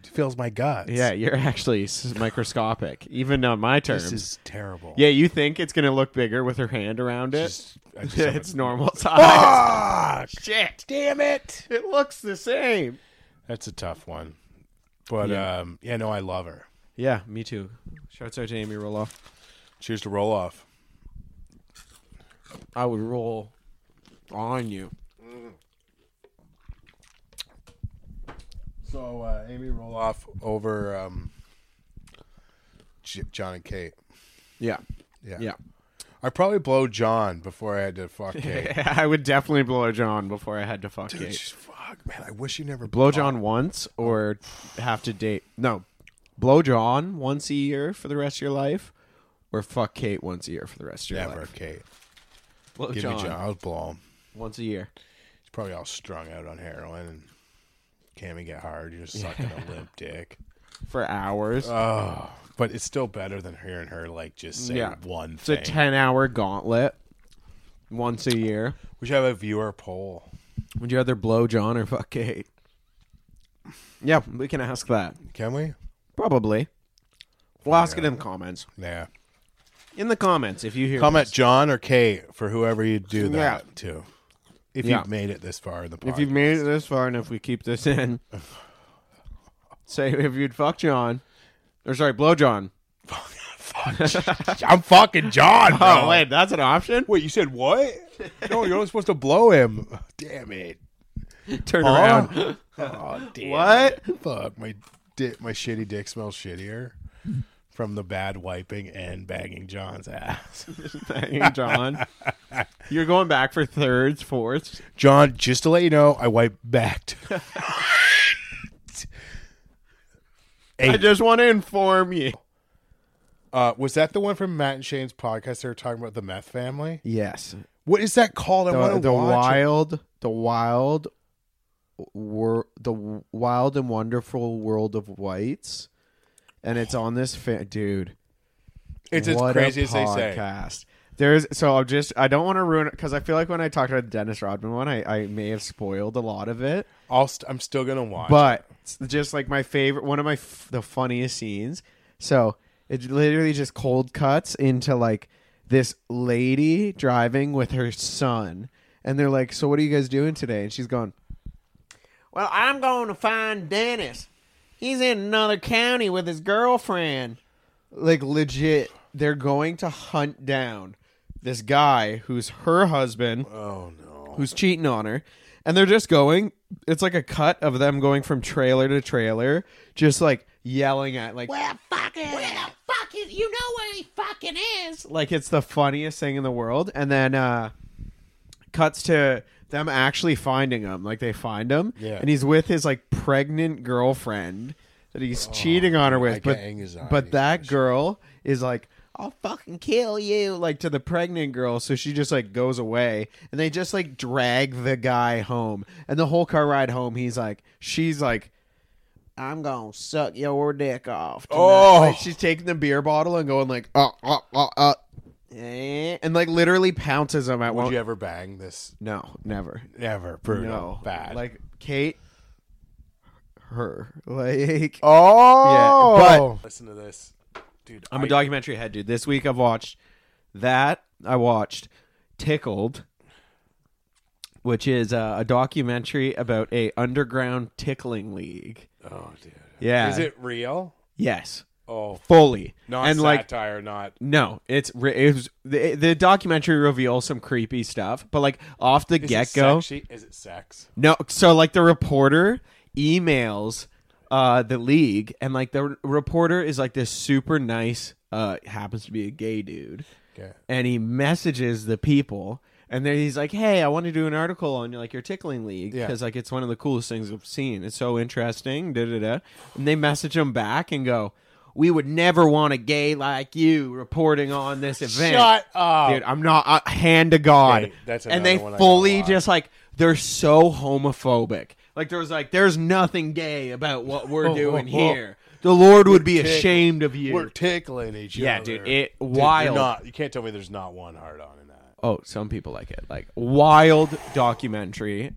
Speaker 1: It fills my guts.
Speaker 2: yeah, you're actually s- microscopic, even on my terms.
Speaker 1: This is terrible.
Speaker 2: yeah, you think it's gonna look bigger with her hand around it?
Speaker 1: Just- I just have
Speaker 2: it's
Speaker 1: a-
Speaker 2: normal size.
Speaker 1: Fuck!
Speaker 2: Shit,
Speaker 1: Damn it!
Speaker 2: it looks the same.
Speaker 1: That's a tough one. But
Speaker 2: Yeah.
Speaker 1: um, yeah, no, I love her.
Speaker 2: Yeah, me too. Shouts out to Amy Roloff.
Speaker 1: Cheers to roll off.
Speaker 2: I would roll on you.
Speaker 1: So uh, Amy roll off over um, J- John and Kate.
Speaker 2: Yeah,
Speaker 1: Yeah,
Speaker 2: yeah.
Speaker 1: I probably blow John before I had to fuck Kate.
Speaker 2: I would definitely blow a John before I had to fuck
Speaker 1: Dude,
Speaker 2: Kate.
Speaker 1: just fuck, man. I wish you never
Speaker 2: Blow
Speaker 1: fucked.
Speaker 2: John once or have to date. No, blow John once a year for the rest of your life, or fuck Kate once a year for the rest of your
Speaker 1: Never,
Speaker 2: life.
Speaker 1: Kate.
Speaker 2: Blow
Speaker 1: Give
Speaker 2: John,
Speaker 1: me John. I'll blow him.
Speaker 2: once a year.
Speaker 1: He's probably all strung out on heroin and can't even get hard. You're just sucking a limp dick.
Speaker 2: for hours.
Speaker 1: Oh, but it's still better than hearing her like just say
Speaker 2: Yeah.
Speaker 1: one
Speaker 2: it's a
Speaker 1: thing.
Speaker 2: ten-hour gauntlet once a year.
Speaker 1: we should have a viewer poll.
Speaker 2: Would you rather blow John or fuck Kate? Yeah, we can ask that.
Speaker 1: Can we?
Speaker 2: Probably. We'll ask it in the comments.
Speaker 1: Yeah.
Speaker 2: In the comments, if you hear
Speaker 1: Comment
Speaker 2: this.
Speaker 1: John or Kate for whoever you do that
Speaker 2: Yeah.
Speaker 1: to. If
Speaker 2: Yeah.
Speaker 1: you've made it this far in the podcast.
Speaker 2: If you've made it this far, and if we keep this in, say if you'd fuck John, or sorry, blow John.
Speaker 1: Fuck. I'm fucking John. Bro.
Speaker 2: Oh wait, that's an option.
Speaker 1: Wait, you said what? No, you're only supposed to blow him. Damn it.
Speaker 2: Turn
Speaker 1: Huh?
Speaker 2: around.
Speaker 1: Oh, damn.
Speaker 2: What?
Speaker 1: Fuck. My, di- my shitty dick smells shittier from the bad wiping and banging John's ass.
Speaker 2: Dang, John, you're going back for thirds, fourths.
Speaker 1: John, just to let you know, I wipe backed.
Speaker 2: I just want to inform you.
Speaker 1: Uh, was that the one from Matt and Shane's podcast? They were talking about the meth family.
Speaker 2: Yes,
Speaker 1: What is that called? I
Speaker 2: the,
Speaker 1: want to
Speaker 2: the
Speaker 1: watch. it.
Speaker 2: wild, the wild, wor- the w- wild and wonderful world of whites, and it's on this fa- dude.
Speaker 1: It's as
Speaker 2: what a
Speaker 1: crazy as they say.
Speaker 2: podcast. There's so I'm just I don't want to ruin it because I feel like when I talked about the Dennis Rodman one, I, I may have spoiled a lot of it.
Speaker 1: I'll st- I'm still gonna watch.
Speaker 2: But it's just like my favorite, one of my f- the funniest scenes. So it literally just cold cuts into like this lady driving with her son, and they're like, "So what are you guys doing today?" And she's going,
Speaker 3: Well, I'm going to find Dennis. He's in another county with his girlfriend.
Speaker 2: like legit, they're going to hunt down this guy who's her husband.
Speaker 1: oh no,
Speaker 2: who's cheating on her. And they're just going, it's like a cut of them going from trailer to trailer, just like yelling at, like,
Speaker 3: Where the fuck is? Where the fuck is? You know where he fucking is.
Speaker 2: like it's the funniest thing in the world. And then uh, cuts to them actually finding him. Like they find him.
Speaker 1: Yeah.
Speaker 2: And he's with his like pregnant girlfriend that he's cheating on her
Speaker 1: I
Speaker 2: with.
Speaker 1: get
Speaker 2: but
Speaker 1: anxiety
Speaker 2: but that
Speaker 1: from this.
Speaker 2: girl is like, I'll fucking kill you, like to the pregnant girl. So she just like goes away, and they just like drag the guy home. And the whole car ride home, he's like, she's like, I'm gonna suck your dick off. tonight."
Speaker 1: Oh.
Speaker 2: Like, she's taking the beer bottle and going like, uh, uh, uh, uh, eh, and like literally pounces him at
Speaker 1: would
Speaker 2: one.
Speaker 1: you ever bang this?
Speaker 2: no, never.
Speaker 1: Never, Bruno.
Speaker 2: No,
Speaker 1: Bad.
Speaker 2: Like Kate, her, like.
Speaker 1: oh,
Speaker 2: Yeah,
Speaker 1: listen to this, dude.
Speaker 2: I'm
Speaker 1: I-
Speaker 2: a documentary head, dude. This week I've watched that. I watched Tickled, which is uh, a documentary about a underground tickling league.
Speaker 1: Oh, dude.
Speaker 2: Yeah.
Speaker 1: Is it real?
Speaker 2: Yes.
Speaker 1: Oh,
Speaker 2: Fully.
Speaker 1: not
Speaker 2: and like
Speaker 1: satire. not
Speaker 2: no, it's re- it was the, the documentary reveals some creepy stuff, but like off the
Speaker 1: is it
Speaker 2: get go,
Speaker 1: sexy? Is it sex?
Speaker 2: no. So like the reporter emails uh, the league, and like the reporter is like this super nice, uh, happens to be a gay dude,
Speaker 1: Okay.
Speaker 2: and he messages the people. And then he's like, "Hey, I want to do an article on like your tickling league
Speaker 1: Yeah.
Speaker 2: because like it's one of the coolest things I've seen. It's so interesting." Da da da. And they message him back and go, "We would never want a gay like you reporting on this event."
Speaker 1: Shut up.
Speaker 2: dude. I'm not uh, hand to God.
Speaker 1: Hey, that's
Speaker 2: and
Speaker 1: another
Speaker 2: they
Speaker 1: one I
Speaker 2: fully
Speaker 1: gotta
Speaker 2: just like they're so homophobic. Like there was like there's nothing gay about what we're doing here. The Lord would be
Speaker 1: tick-
Speaker 2: ashamed of you.
Speaker 1: We're tickling each
Speaker 2: Yeah,
Speaker 1: other.
Speaker 2: dude, it-
Speaker 1: Dude,
Speaker 2: wild.
Speaker 1: You're not, you can't tell me there's not one hard on in that.
Speaker 2: oh, some people like it. Like wild documentary.